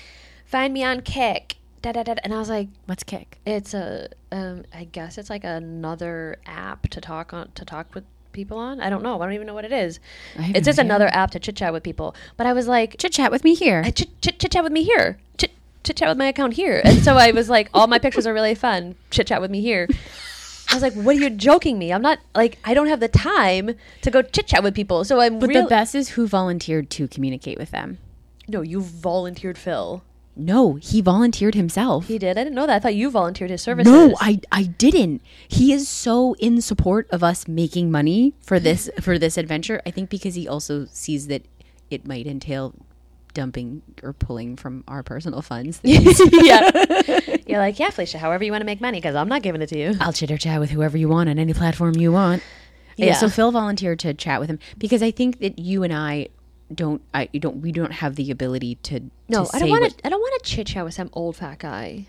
Speaker 3: "Find me on Kick." Da, da, da. da." And I was like,
Speaker 2: What's kick?
Speaker 3: "It's a, um, I guess it's like another app to talk on to talk with people on. I don't know. I don't even know what it is.
Speaker 2: I have
Speaker 3: It's
Speaker 2: no
Speaker 3: just
Speaker 2: idea.
Speaker 3: another app to chit chat with people." But I was like,
Speaker 2: Chit chat with me here.
Speaker 3: I chit chit chit chat with me here. Chit chit chat with my account here. And so I was like, all my pictures are really fun. Chit chat with me here. I was like, what are you joking me? I'm not like I don't have the time to go chit chat with people. So I'm
Speaker 2: but
Speaker 3: real-
Speaker 2: the best is who volunteered to communicate with them.
Speaker 3: No, you volunteered Phil.
Speaker 2: No, he volunteered himself.
Speaker 3: He did. I didn't know that. I thought you volunteered his services.
Speaker 2: No, I I didn't. He is so in support of us making money for this for this adventure. I think because he also sees that it might entail dumping or pulling from our personal funds.
Speaker 3: You're like, yeah, Felicia. However you want to make money, because I'm not giving it to you.
Speaker 2: I'll chitter chat with whoever you want on any platform you want. Yeah.
Speaker 3: Yeah.
Speaker 2: so Phil volunteered to chat with him because I think that you and I don't I you don't we don't have the ability to
Speaker 3: No,
Speaker 2: to
Speaker 3: I don't
Speaker 2: say
Speaker 3: want
Speaker 2: what-
Speaker 3: to. I don't want to chit chat with some old fat guy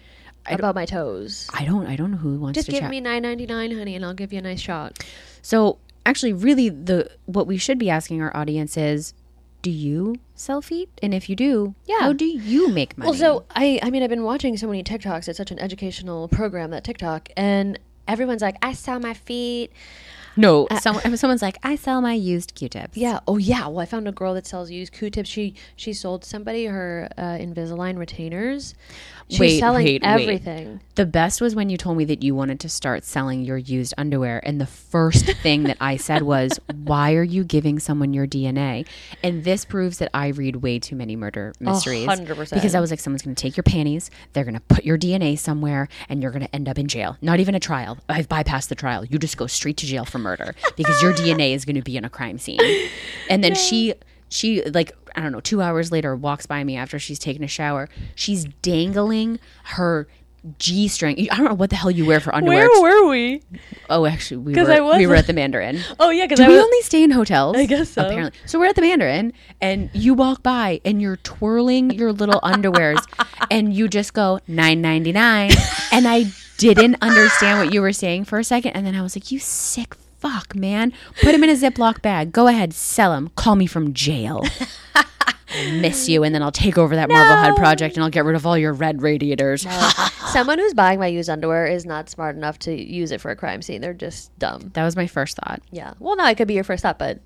Speaker 2: don't-
Speaker 3: about my toes.
Speaker 2: I don't I don't know who wants
Speaker 3: Just
Speaker 2: to
Speaker 3: give
Speaker 2: chat.
Speaker 3: me 9.99, honey, and I'll give you a nice shot.
Speaker 2: So actually, really, the what we should be asking our audience is, do you sell feet? And if you do,
Speaker 3: Yeah.
Speaker 2: how do you make money?
Speaker 3: Well, so I, I mean, I've been watching so many TikToks. It's such an educational program that TikTok, and everyone's like, I sell my feet.
Speaker 2: no, someone, someone's like, I sell my used Q-tips.
Speaker 3: Yeah. Oh, yeah. Well, I found a girl that sells used Q-tips. She she sold somebody her uh, Invisalign retainers. She's
Speaker 2: Wait,
Speaker 3: selling
Speaker 2: wait, wait.
Speaker 3: everything.
Speaker 2: The best was when you told me that you wanted to start selling your used underwear, and the first thing that I said was, "Why are you giving someone your DNA?" And this proves that I read way too many murder mysteries.
Speaker 3: 100%.
Speaker 2: Because I was like, someone's going to take your panties, they're going to put your DNA somewhere, and you're going to end up in jail. Not even a trial. I've bypassed the trial. You just go straight to jail for murder because your DNA is going to be in a crime scene. And then she. She like I don't know. Two hours later, walks by me after she's taken a shower. She's dangling her g string. I don't know what the hell you wear for underwear.
Speaker 3: were we?
Speaker 2: oh, actually, we
Speaker 3: 'Cause
Speaker 2: were
Speaker 3: I was-
Speaker 2: we were at the Mandarin.
Speaker 3: Oh yeah, because
Speaker 2: Do
Speaker 3: I
Speaker 2: we
Speaker 3: was.
Speaker 2: only stay in hotels? I
Speaker 3: guess so.
Speaker 2: Apparently. So we're at the Mandarin and you walk by and you're twirling your little underwears and you just go 9.99 and I didn't understand what you were saying for a second and then I was like you sick fuck man put him in a Ziploc bag go ahead sell him call me from jail I miss you and then I'll take over that Marvel Head project and I'll get rid of all your red radiators
Speaker 3: Someone who's buying my used underwear is not smart enough to use it for a crime scene. They're just dumb.
Speaker 2: that was my first thought
Speaker 3: Yeah. Well, no, it could be your first thought, but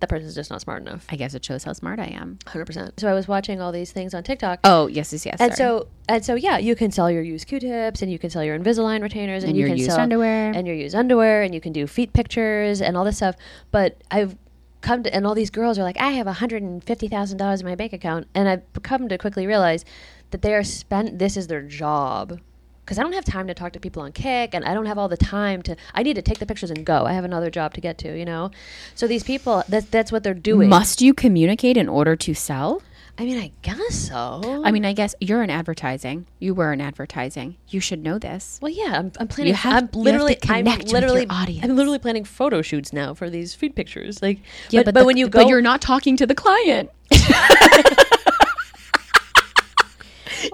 Speaker 3: that person's just not smart enough.
Speaker 2: I guess it shows how smart I am
Speaker 3: 100%. So I was watching all these things on TikTok.
Speaker 2: oh yes yes yes
Speaker 3: and
Speaker 2: sorry.
Speaker 3: so and so yeah, you can sell your used Q-tips and you can sell your Invisalign retainers and,
Speaker 2: And
Speaker 3: you
Speaker 2: your
Speaker 3: can
Speaker 2: used
Speaker 3: sell
Speaker 2: underwear.
Speaker 3: and your used underwear and you can do feet pictures and all this stuff, but I've come to and all these girls are like I have $150,000 in my bank account and I've come to quickly realize that they are spent this is their job. because I don't have time to talk to people on Kick, and I don't have all the time to. I need to take the pictures and go. I have another job to get to, you know. So these people, that that's what they're doing.
Speaker 2: Must you communicate in order to sell?
Speaker 3: I mean, I guess so.
Speaker 2: I mean, I guess you're in advertising. You were in advertising. You should know this.
Speaker 3: well, yeah, I'm, I'm planning.
Speaker 2: You have-
Speaker 3: I'm
Speaker 2: you have
Speaker 3: literally,
Speaker 2: to connect
Speaker 3: I'm
Speaker 2: with your
Speaker 3: literally,
Speaker 2: audience.
Speaker 3: I'm literally planning photo shoots now for these food pictures. Like,
Speaker 2: Yeah,
Speaker 3: but, but, when you go,
Speaker 2: but you're not talking to the client.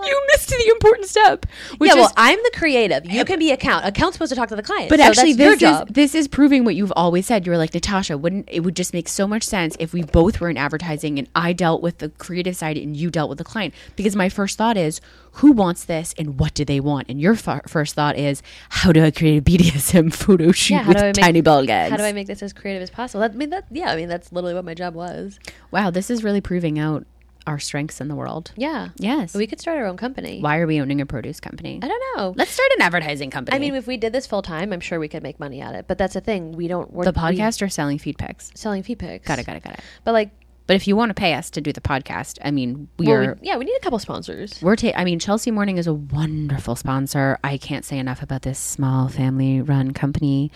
Speaker 2: you missed the important step. Which
Speaker 3: yeah,
Speaker 2: is,
Speaker 3: well, I'm the creative. You can be account. Account's supposed to talk to the client.
Speaker 2: but
Speaker 3: so
Speaker 2: actually,
Speaker 3: that's your
Speaker 2: this is
Speaker 3: job.
Speaker 2: this is proving what you've always said. You're like Natasha. Wouldn't it would just make so much sense if we both were in advertising and I dealt with the creative side and you dealt with the client? Because my first thought is, who wants this and what do they want? And your f- first thought is, how do I create a BDSM photo shoot
Speaker 3: Yeah, how
Speaker 2: with
Speaker 3: do I make-
Speaker 2: tiny ball gags?
Speaker 3: How do I make this as creative as possible? That, I mean, that yeah, I mean that's literally what my job was.
Speaker 2: Wow, this is really proving out our strengths in the world.
Speaker 3: Yeah,
Speaker 2: Yes.
Speaker 3: we could start our own company.
Speaker 2: Why are we owning a produce company?
Speaker 3: I don't know.
Speaker 2: Let's start an advertising company.
Speaker 3: I mean, if we did this full time, I'm sure we could make money at it. But that's the thing. We don't work
Speaker 2: the podcast or selling feed picks.
Speaker 3: selling feed pics.
Speaker 2: Got it, got it, got it.
Speaker 3: But like,
Speaker 2: But if you want to pay us to do the podcast, I mean, we
Speaker 3: well,
Speaker 2: are.
Speaker 3: we- yeah, we need a couple sponsors.
Speaker 2: We're ta- I mean, Chelsea Morning is a wonderful sponsor. I can't say enough about this small family run company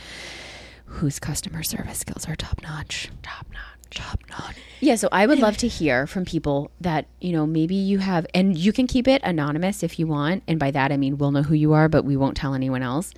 Speaker 2: whose customer service skills are top notch. Top notch. Top notch. Yeah, so I would love to hear from people that, you know, maybe you have, and you can keep it anonymous if you want. And by that, I mean, we'll know who you are, but we won't tell anyone else.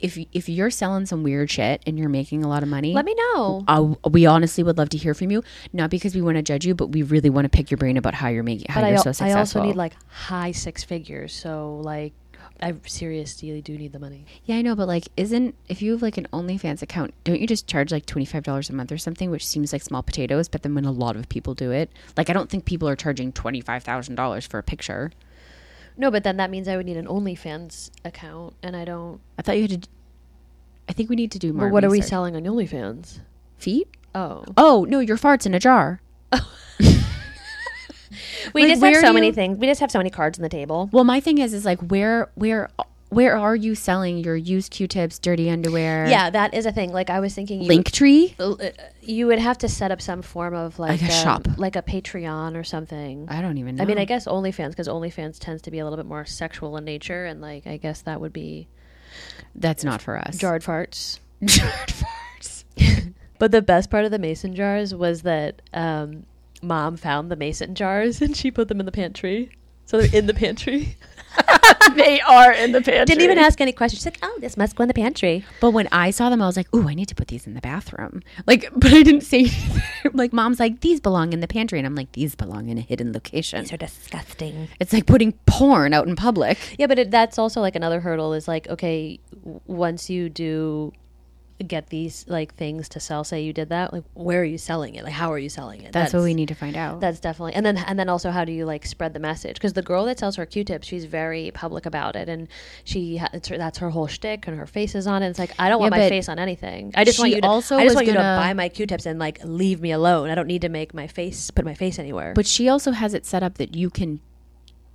Speaker 2: If, if you're selling some weird shit and you're making a lot of money,
Speaker 3: Let me know.
Speaker 2: uh, we honestly would love to hear from you. Not because we want to judge you, but we really want to pick your brain about how you're making, how
Speaker 3: But I,
Speaker 2: you're
Speaker 3: al-
Speaker 2: so
Speaker 3: I
Speaker 2: successful.
Speaker 3: also need like high six figures. So like, I seriously do need the money.
Speaker 2: yeah, I know, but like, isn't if you have like an OnlyFans account, don't you just charge like twenty five dollars a month or something, which seems like small potatoes? But then when a lot of people do it, like, I don't think people are charging twenty five thousand dollars for a picture.
Speaker 3: No, but then that means I would need an OnlyFans account, and I don't.
Speaker 2: I thought you had to. d- I think we need to do more.
Speaker 3: But what are we
Speaker 2: research.
Speaker 3: selling on OnlyFans?
Speaker 2: Feet?
Speaker 3: Oh,
Speaker 2: Oh no, your farts in a jar.
Speaker 3: we
Speaker 2: Like,
Speaker 3: just have
Speaker 2: where
Speaker 3: so
Speaker 2: do
Speaker 3: many
Speaker 2: you-
Speaker 3: things. We just have so many cards on the table.
Speaker 2: Well, my thing is, is like, where, where, where are you selling your used Q tips, dirty underwear?
Speaker 3: Yeah, that is a thing. Like I was thinking, you,
Speaker 2: Link tree.
Speaker 3: uh, you would have to set up some form of like,
Speaker 2: Like a
Speaker 3: um,
Speaker 2: shop.
Speaker 3: like a Patreon or something.
Speaker 2: I don't even know.
Speaker 3: I mean, I guess OnlyFans because OnlyFans tends to be a little bit more sexual in nature, and like I guess that would be
Speaker 2: That's not for us.
Speaker 3: jarred farts.
Speaker 2: Jarred farts.
Speaker 3: But the best part of the mason jars was that um, mom found the mason jars and she put them in the pantry, so they're in the pantry.
Speaker 2: they are in the pantry.
Speaker 3: Didn't even ask any questions. She's like, "Oh, this must go in the pantry."
Speaker 2: But when I saw them, I was like, "Ooh, I need to put these in the bathroom." Like, but I didn't say. anything. like, mom's like, "These belong in the pantry," and I'm like, "These belong in a hidden location."
Speaker 1: They're disgusting.
Speaker 2: It's like putting porn out in public.
Speaker 3: Yeah, but it, that's also like another hurdle is like, okay, w- once you do get these like things to sell, say you did that, like where are you selling it? Like how are you selling it?
Speaker 2: That's, what we need to find out.
Speaker 3: That's definitely, and then and then also, how do you like spread the message? Because the girl that sells her Q-tips, she's very public about it, and she ha- it's her, that's her whole shtick, and her face is on it. It's like I don't want
Speaker 2: Yeah,
Speaker 3: my
Speaker 2: but
Speaker 3: face on anything. I just want
Speaker 2: she
Speaker 3: you to
Speaker 2: also
Speaker 3: I just
Speaker 2: was
Speaker 3: want you
Speaker 2: gonna-
Speaker 3: to buy my Q-tips and like leave me alone. I don't need to make my face put my face anywhere.
Speaker 2: but she also has it set up that you can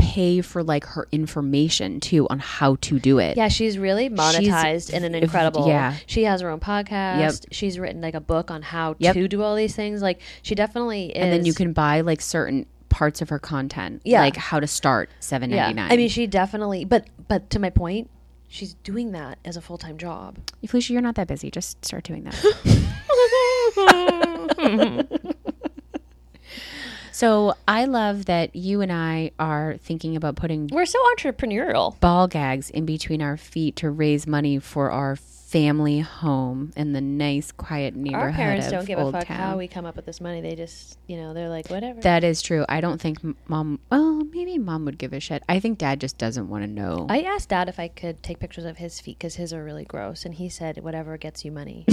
Speaker 2: pay for like her information too on how to do it.
Speaker 3: Yeah, she's really monetized in an incredible.
Speaker 2: yeah.
Speaker 3: she has her own podcast. She's written like a book on how
Speaker 2: Yep.
Speaker 3: to do all these things. Like she definitely is.
Speaker 2: and then you can buy like certain parts of her content.
Speaker 3: Yeah.
Speaker 2: like how to start seven
Speaker 3: Yeah,
Speaker 2: ninety nine.
Speaker 3: I mean, she definitely. But but to my point, she's doing that as a full time job.
Speaker 2: Felicia, you're not that busy. Just start doing that. so I love that you and I are thinking about putting
Speaker 3: We're so entrepreneurial.
Speaker 2: ball gags in between our feet to raise money for our family home in the nice, quiet
Speaker 3: Our
Speaker 2: neighborhood.
Speaker 3: parents
Speaker 2: of
Speaker 3: don't give a
Speaker 2: Old
Speaker 3: fuck
Speaker 2: Town.
Speaker 3: how we come up with this money. They just, you know, they're like, whatever.
Speaker 2: That is true. I don't think m- mom. Well, maybe mom would give a shit. I think dad just doesn't want to know.
Speaker 3: I asked Dad if I could take pictures of his feet because his are really gross, and he said, "Whatever gets you money."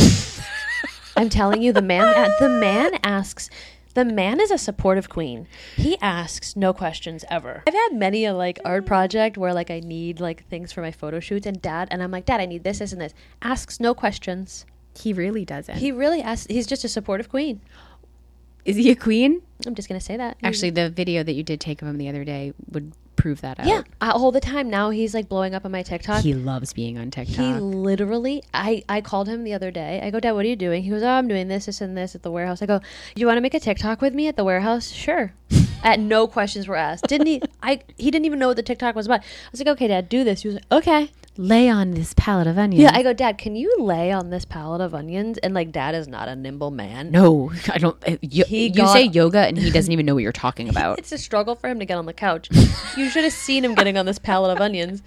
Speaker 3: I'm telling you, the man the man asks. The man is a supportive queen. He asks no questions ever. I've had many a like art project where like I need like things for my photo shoots, and Dad and I'm like, Dad, I need this, this, and this. Asks no questions.
Speaker 2: he really doesn't.
Speaker 3: He really asks. He's just a supportive queen.
Speaker 2: is he a queen?
Speaker 3: I'm just gonna say that.
Speaker 2: Actually, the video that you did take of him the other day would prove that out.
Speaker 3: yeah, I- all the time now he's like blowing up on my TikTok.
Speaker 2: He loves being on TikTok.
Speaker 3: He literally, I, I called him the other day. I go, Dad, what are you doing? He goes, Oh, I'm doing this, this, and this at the warehouse. I go, You want to make a TikTok with me at the warehouse? Sure. at no questions were asked. Didn't he? I he didn't even know what the TikTok was about. I was like, okay, Dad, do this. He was like, okay.
Speaker 2: Lay on this palette of onions.
Speaker 3: Yeah, I go, Dad, can you lay on this pallet of onions? And like, Dad is not a nimble man.
Speaker 2: no, I don't. uh, yo-
Speaker 3: He
Speaker 2: you
Speaker 3: got-
Speaker 2: say yoga and he doesn't even know what you're talking about.
Speaker 3: It's a struggle for him to get on the couch. you should have seen him getting on this pallet of onions.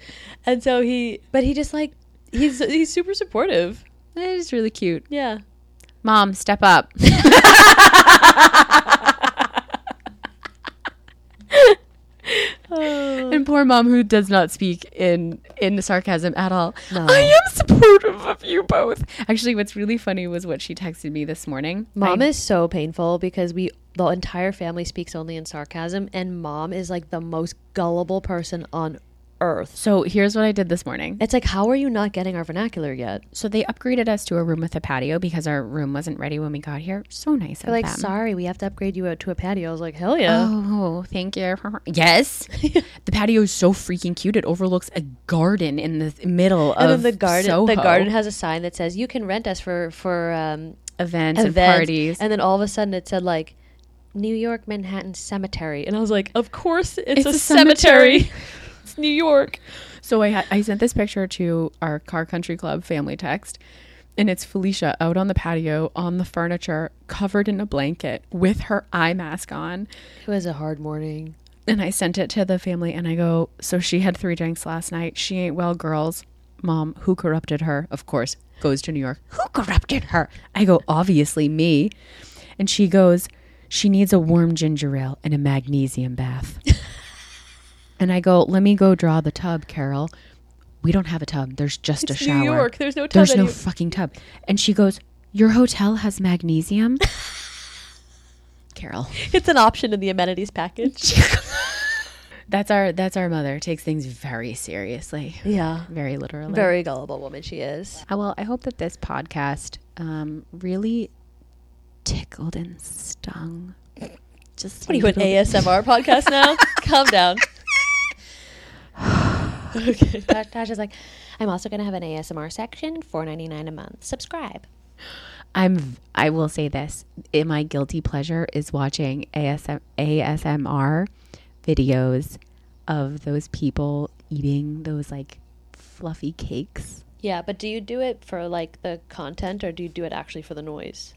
Speaker 3: And so he, but he just like he's he's super supportive.
Speaker 2: It's really cute.
Speaker 3: Yeah.
Speaker 2: Mom, step up. and poor mom who does not speak in in sarcasm at all.
Speaker 3: No.
Speaker 2: I am supportive of you both. Actually, what's really funny was what she texted me this morning.
Speaker 3: Mom
Speaker 2: I-
Speaker 3: is so painful because we the entire family speaks only in sarcasm, and mom is like the most gullible person on earth.
Speaker 2: so here's what I did this morning.
Speaker 3: It's like, how are you not getting our vernacular yet?
Speaker 2: So they upgraded us to a room with a patio because our room wasn't ready when we got here. So nice of
Speaker 3: They're like,
Speaker 2: them.
Speaker 3: sorry, we have to upgrade you to a patio. I was like, hell yeah.
Speaker 2: Oh, thank you. Yes. the patio is so freaking cute. It overlooks a garden in the middle
Speaker 3: and
Speaker 2: of
Speaker 3: then the garden, the
Speaker 2: Soho.
Speaker 3: garden has a sign that says you can rent us for for um,
Speaker 2: events, and
Speaker 3: events.
Speaker 2: parties.
Speaker 3: And then all of a sudden it said like New York Manhattan Cemetery. And I was like, Of course it's,
Speaker 2: It's
Speaker 3: a,
Speaker 2: a
Speaker 3: cemetery.
Speaker 2: cemetery.
Speaker 3: it's New York.
Speaker 2: so I ha- I sent this picture to our Car Country Club family text. And it's Felicia out on the patio on the furniture, covered in a blanket with her eye mask on.
Speaker 3: It was a hard morning.
Speaker 2: And I sent it to the family and I go, So she had three drinks last night. She ain't well, girls. Mom, who corrupted her? Of course, goes to New York. Who corrupted her? I go, Obviously, me. And she goes, She needs a warm ginger ale and a magnesium bath. and I go, Let me go draw the tub, Carol. We don't have a tub. There's just a
Speaker 3: It's New
Speaker 2: shower.
Speaker 3: York. There's no tub
Speaker 2: There's no
Speaker 3: anywhere."
Speaker 2: fucking tub. And she goes, Your hotel has magnesium? Carol.
Speaker 3: It's an option in the amenities package.
Speaker 2: That's our that's our mother takes things very seriously,
Speaker 3: yeah.
Speaker 2: very literally.
Speaker 3: Very gullible woman she is.
Speaker 2: Uh, well, I hope that this podcast um, really tickled and stung. Just
Speaker 3: What are you an ASMR podcast now? Calm down. okay. Tasha's like, I'm also gonna have an ASMR section, four ninety nine a month. Subscribe.
Speaker 2: I'm v- I will say this: in my guilty pleasure is watching ASM, ASMR videos of those people eating those like fluffy cakes.
Speaker 3: Yeah, but do you do it for like the content or do you do it actually for the noise?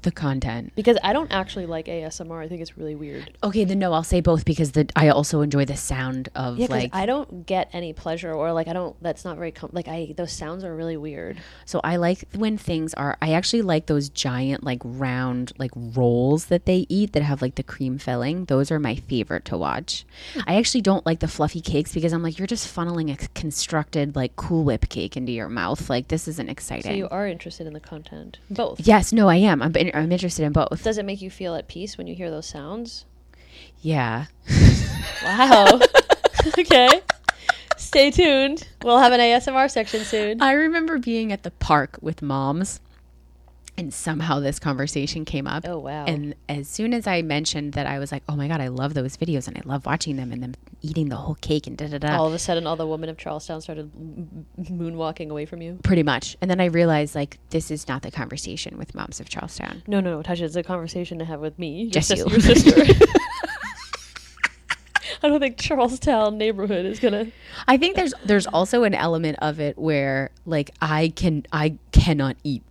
Speaker 2: The content.
Speaker 3: Because I don't actually like ASMR. I think it's really weird.
Speaker 2: Okay, then no, I'll say both because the I also enjoy the sound of
Speaker 3: Yeah, 'cause
Speaker 2: like
Speaker 3: I don't get any pleasure, or like I don't. That's not very com- like I. Those sounds are really weird.
Speaker 2: So I like when things are. I actually like those giant, like round, like rolls that they eat that have like the cream filling. Those are my favorite to watch.
Speaker 3: Hmm.
Speaker 2: I actually don't like the fluffy cakes because I'm like, you're just funneling a constructed like Cool Whip cake into your mouth. Like this isn't exciting.
Speaker 3: So you are interested in the content. Both.
Speaker 2: yes, no, I am. I'm I'm interested in both.
Speaker 3: Does it make you feel at peace when you hear those sounds?
Speaker 2: Yeah.
Speaker 3: Wow. okay. Stay tuned. We'll have an ASMR section soon.
Speaker 2: I remember being at the park with moms, and somehow this conversation came up.
Speaker 3: Oh, wow.
Speaker 2: And as soon as I mentioned that, I was like, "Oh my god, I love those videos, and I love watching them, and them eating the whole cake and da da da."
Speaker 3: All of a sudden, all the women of Charlestown started m- m- moonwalking away from you.
Speaker 2: Pretty much. And then I realized like this is not the conversation with moms of Charlestown.
Speaker 3: No, no, no, Tasha. It's a conversation to have with me, your
Speaker 2: Just
Speaker 3: sis-
Speaker 2: you.
Speaker 3: your sister. I don't think Charlestown neighborhood is gonna.
Speaker 2: I think there's there's also an element of it where like I can I cannot eat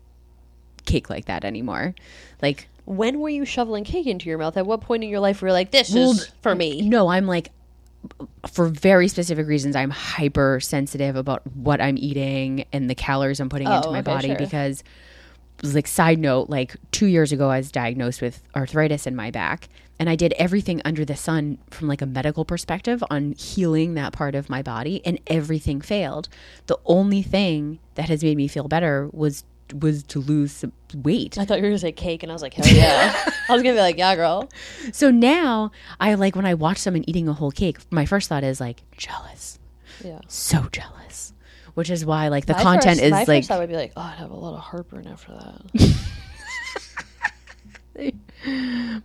Speaker 2: cake like that anymore. Like
Speaker 3: when were you shoveling cake into your mouth? At what point in your life were you like, this is for me?
Speaker 2: No, I'm like, for very specific reasons, I'm hypersensitive about what I'm eating and the calories I'm putting into
Speaker 3: Oh,
Speaker 2: my
Speaker 3: okay,
Speaker 2: body
Speaker 3: sure.
Speaker 2: because, like, side note, like two years ago, I was diagnosed with arthritis in my back. And I did everything under the sun from like a medical perspective on healing that part of my body, and everything failed. The only thing that has made me feel better was was to lose some weight.
Speaker 3: I thought you were gonna say cake, and I was like, hell yeah. I was gonna be like, yeah, girl.
Speaker 2: So now I like when I watch someone eating a whole cake, my first thought is like jealous.
Speaker 3: Yeah.
Speaker 2: So jealous. Which is why like the
Speaker 3: My
Speaker 2: content
Speaker 3: first-
Speaker 2: is
Speaker 3: my
Speaker 2: like
Speaker 3: First thought would be like, oh, I'd have a lot of heartburn after that.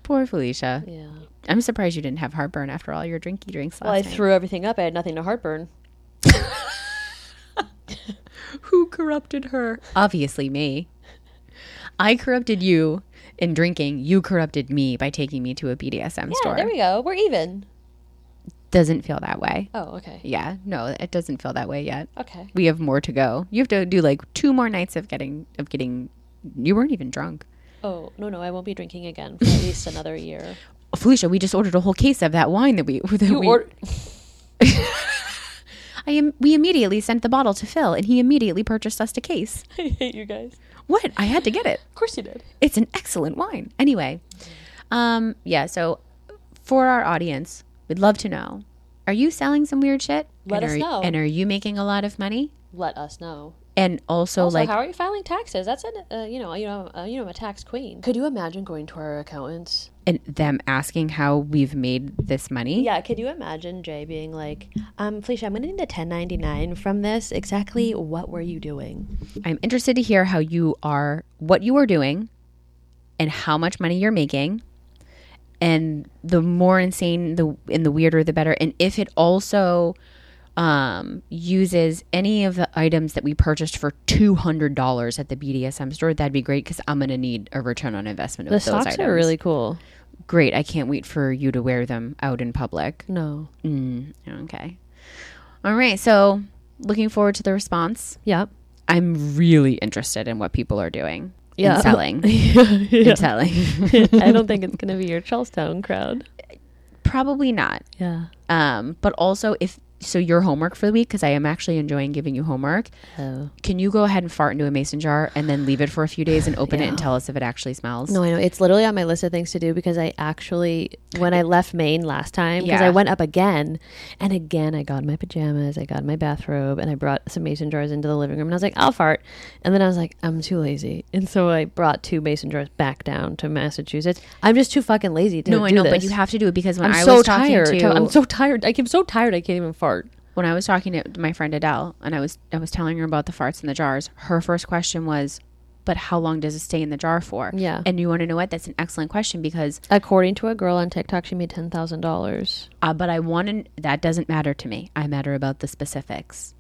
Speaker 2: poor Felicia.
Speaker 3: Yeah.
Speaker 2: I'm surprised you didn't have heartburn after all your drinky drinks last
Speaker 3: Well, I
Speaker 2: night.
Speaker 3: threw everything up. I had nothing to heartburn.
Speaker 2: Who corrupted her? Obviously me. I corrupted you and drinking, you corrupted me by taking me to a BDSM
Speaker 3: Yeah,
Speaker 2: store.
Speaker 3: there we go. We're even.
Speaker 2: doesn't feel that way.
Speaker 3: Oh, okay.
Speaker 2: Yeah, no, it doesn't feel that way yet.
Speaker 3: Okay.
Speaker 2: We have more to go. You have to do like two more nights of getting of getting you weren't even drunk.
Speaker 3: Oh, no, no, I won't be drinking again for at least another year.
Speaker 2: Felicia, we just ordered a whole case of that wine that we that we
Speaker 3: Or-
Speaker 2: I am we immediately sent the bottle to Phil and he immediately purchased us a case.
Speaker 3: I hate you guys.
Speaker 2: What? I had to get it.
Speaker 3: Of course you did.
Speaker 2: It's an excellent wine. Anyway, um yeah, so for our audience, we'd love to know. Are you selling some weird shit?
Speaker 3: Let
Speaker 2: and
Speaker 3: us
Speaker 2: are,
Speaker 3: know.
Speaker 2: And are you making a lot of money?
Speaker 3: Let us know.
Speaker 2: And also,
Speaker 3: Also,
Speaker 2: like
Speaker 3: how are you filing taxes? That's an, uh, you know, you know, uh, you know, I'm a tax queen. Could you imagine going to our accountants?
Speaker 2: and them asking how we've made this money.
Speaker 3: Yeah, could you imagine Jay being like, um, Felicia, I'm going to need a 1099 from this. Exactly what were you doing?
Speaker 2: I'm interested to hear how you are, what you are doing, and how much money you're making. And the more insane, the and the weirder, the better. And if it also um, uses any of the items that we purchased for two hundred dollars at the BDSM store, that'd be great because I'm gonna need a return on investment of
Speaker 3: The
Speaker 2: those
Speaker 3: socks
Speaker 2: items.
Speaker 3: are really cool.
Speaker 2: great. I can't wait for you to wear them out in public.
Speaker 3: No.
Speaker 2: Mm, okay. All right. So looking forward to the response.
Speaker 3: Yep.
Speaker 2: I'm really interested in what people are doing.
Speaker 3: Yeah.
Speaker 2: And selling.
Speaker 3: yeah.
Speaker 2: And selling.
Speaker 3: I don't think it's going to be your Charlestown crowd.
Speaker 2: Probably not.
Speaker 3: Yeah.
Speaker 2: Um, but also if so your homework for the week, because I am actually enjoying giving you homework.
Speaker 3: Oh.
Speaker 2: Can you go ahead and fart into a mason jar and then leave it for a few days and open it and
Speaker 3: Yeah.
Speaker 2: tell us if it actually smells?
Speaker 3: No, I know. It's literally on my list of things to do because I actually, when I left Maine last time, because
Speaker 2: Yeah.
Speaker 3: I went up again and again, I got in my pajamas, I got in my bathrobe, and I brought some mason jars into the living room. And I was like, I'll fart. And then I was like, I'm too lazy. And so I brought two mason jars back down to Massachusetts. I'm just too fucking lazy to
Speaker 2: No,
Speaker 3: do
Speaker 2: I know, but
Speaker 3: this.
Speaker 2: you have to do it because when
Speaker 3: I'm
Speaker 2: I
Speaker 3: so
Speaker 2: was talking
Speaker 3: tired.
Speaker 2: to
Speaker 3: I'm so tired. Like, I'm so tired. I can't even fart.
Speaker 2: when I was talking to my friend Adele and I was I was telling her about the farts in the jars, her first question was, But how long does it stay in the jar for?
Speaker 3: Yeah.
Speaker 2: And you wanna know what? That's an excellent question because
Speaker 3: According to a girl on TikTok, she made ten thousand dollars.
Speaker 2: uh, but I want to. That doesn't matter to me. I matter about the specifics,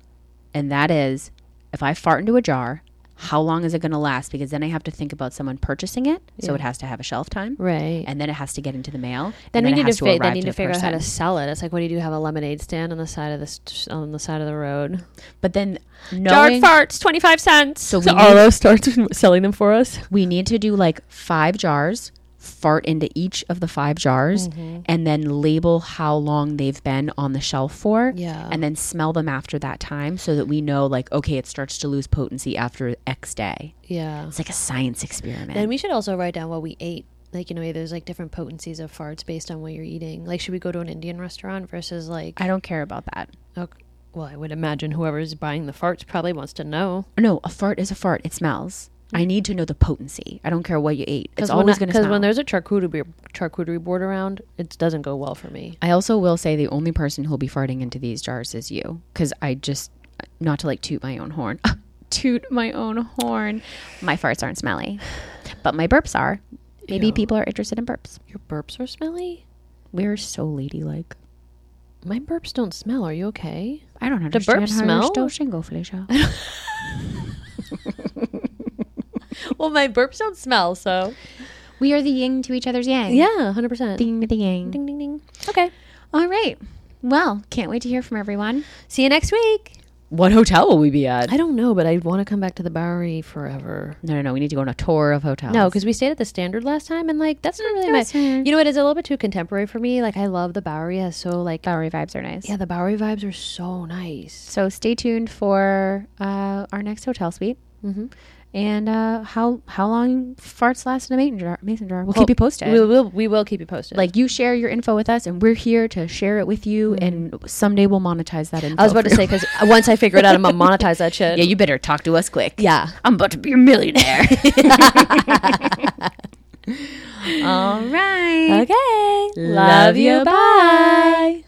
Speaker 2: and that is, if I fart into a jar, how long is it going to last? Because then I have to think about someone purchasing it, so it has to have a shelf time,
Speaker 3: Right.
Speaker 2: and then it has to get into the mail. and
Speaker 3: then we
Speaker 2: it
Speaker 3: need to,
Speaker 2: has
Speaker 3: fi-
Speaker 2: arrive
Speaker 3: then need to
Speaker 2: the
Speaker 3: figure out how to
Speaker 2: person.
Speaker 3: sell it. It's like, what do you do? Have a lemonade stand on the side of the st- on the side of the road.
Speaker 2: But then knowing
Speaker 3: farts, twenty five cents. So
Speaker 2: we
Speaker 3: so
Speaker 2: need-
Speaker 3: Arlo starts selling them for us.
Speaker 2: we need to do like five jars, fart into each of the five jars,
Speaker 3: Mm-hmm.
Speaker 2: and then label how long they've been on the shelf for.
Speaker 3: Yeah.
Speaker 2: and then smell them after that time, so that we know like okay, it starts to lose potency after X day.
Speaker 3: Yeah.
Speaker 2: It's like a science experiment.
Speaker 3: And we should also write down what we ate. Like you know, there's like different potencies of farts based on what you're eating. Like, should we go to an Indian restaurant versus like?
Speaker 2: I don't care about that.
Speaker 3: ok- well, I would imagine whoever's buying the farts probably wants to know.
Speaker 2: No, a fart is a fart. It smells. I need to know the potency. I don't care what you ate. It's
Speaker 3: Because when,
Speaker 2: always
Speaker 3: I-
Speaker 2: going to
Speaker 3: 'cause
Speaker 2: smell.
Speaker 3: when there's a charcuterie be- charcuterie board around, it doesn't go well for me.
Speaker 2: I also will say the only person who'll be farting into these jars is you, because I just not to like toot my own horn. toot my own horn. My farts aren't smelly, but my burps are. Maybe people are interested in burps.
Speaker 3: Your burps are smelly.
Speaker 2: We're so ladylike.
Speaker 3: My burps don't smell. Are you okay?
Speaker 2: I don't understand
Speaker 3: burps
Speaker 2: how
Speaker 3: smell?
Speaker 2: you're still single, Felicia.
Speaker 3: Well, my burps don't smell, so
Speaker 2: we are the yin to each other's yang.
Speaker 3: yeah, hundred percent.
Speaker 2: Ding to the yang.
Speaker 3: ding, ding. Okay.
Speaker 2: All right. Well, can't wait to hear from everyone.
Speaker 3: See you next week.
Speaker 2: What hotel will we be at?
Speaker 3: I don't know, but I want to come back to the Bowery forever.
Speaker 2: No, no, no. We need to go on a tour of hotels.
Speaker 3: No, because we stayed at the Standard last time, and like that's not really my.
Speaker 2: that's fair.
Speaker 3: You know, it is a little bit too contemporary for me. Like I love the Bowery has so like
Speaker 2: Bowery vibes are nice.
Speaker 3: yeah, the Bowery vibes are so nice.
Speaker 2: So stay tuned for uh, our next hotel suite.
Speaker 3: mm-hmm.
Speaker 2: And uh, how how long farts last in a mason jar? Mason jar. We'll keep you posted.
Speaker 3: We will we will keep you posted.
Speaker 2: like you share your info with us, and we're here to share it with you. And someday we'll monetize that info.
Speaker 3: I was about to
Speaker 2: for
Speaker 3: say
Speaker 2: you.
Speaker 3: because once I figure it out, I'm gonna monetize that shit.
Speaker 2: yeah, you better talk to us quick.
Speaker 3: yeah.
Speaker 2: I'm about to be a millionaire. All right.
Speaker 3: Okay.
Speaker 2: Love you. Bye.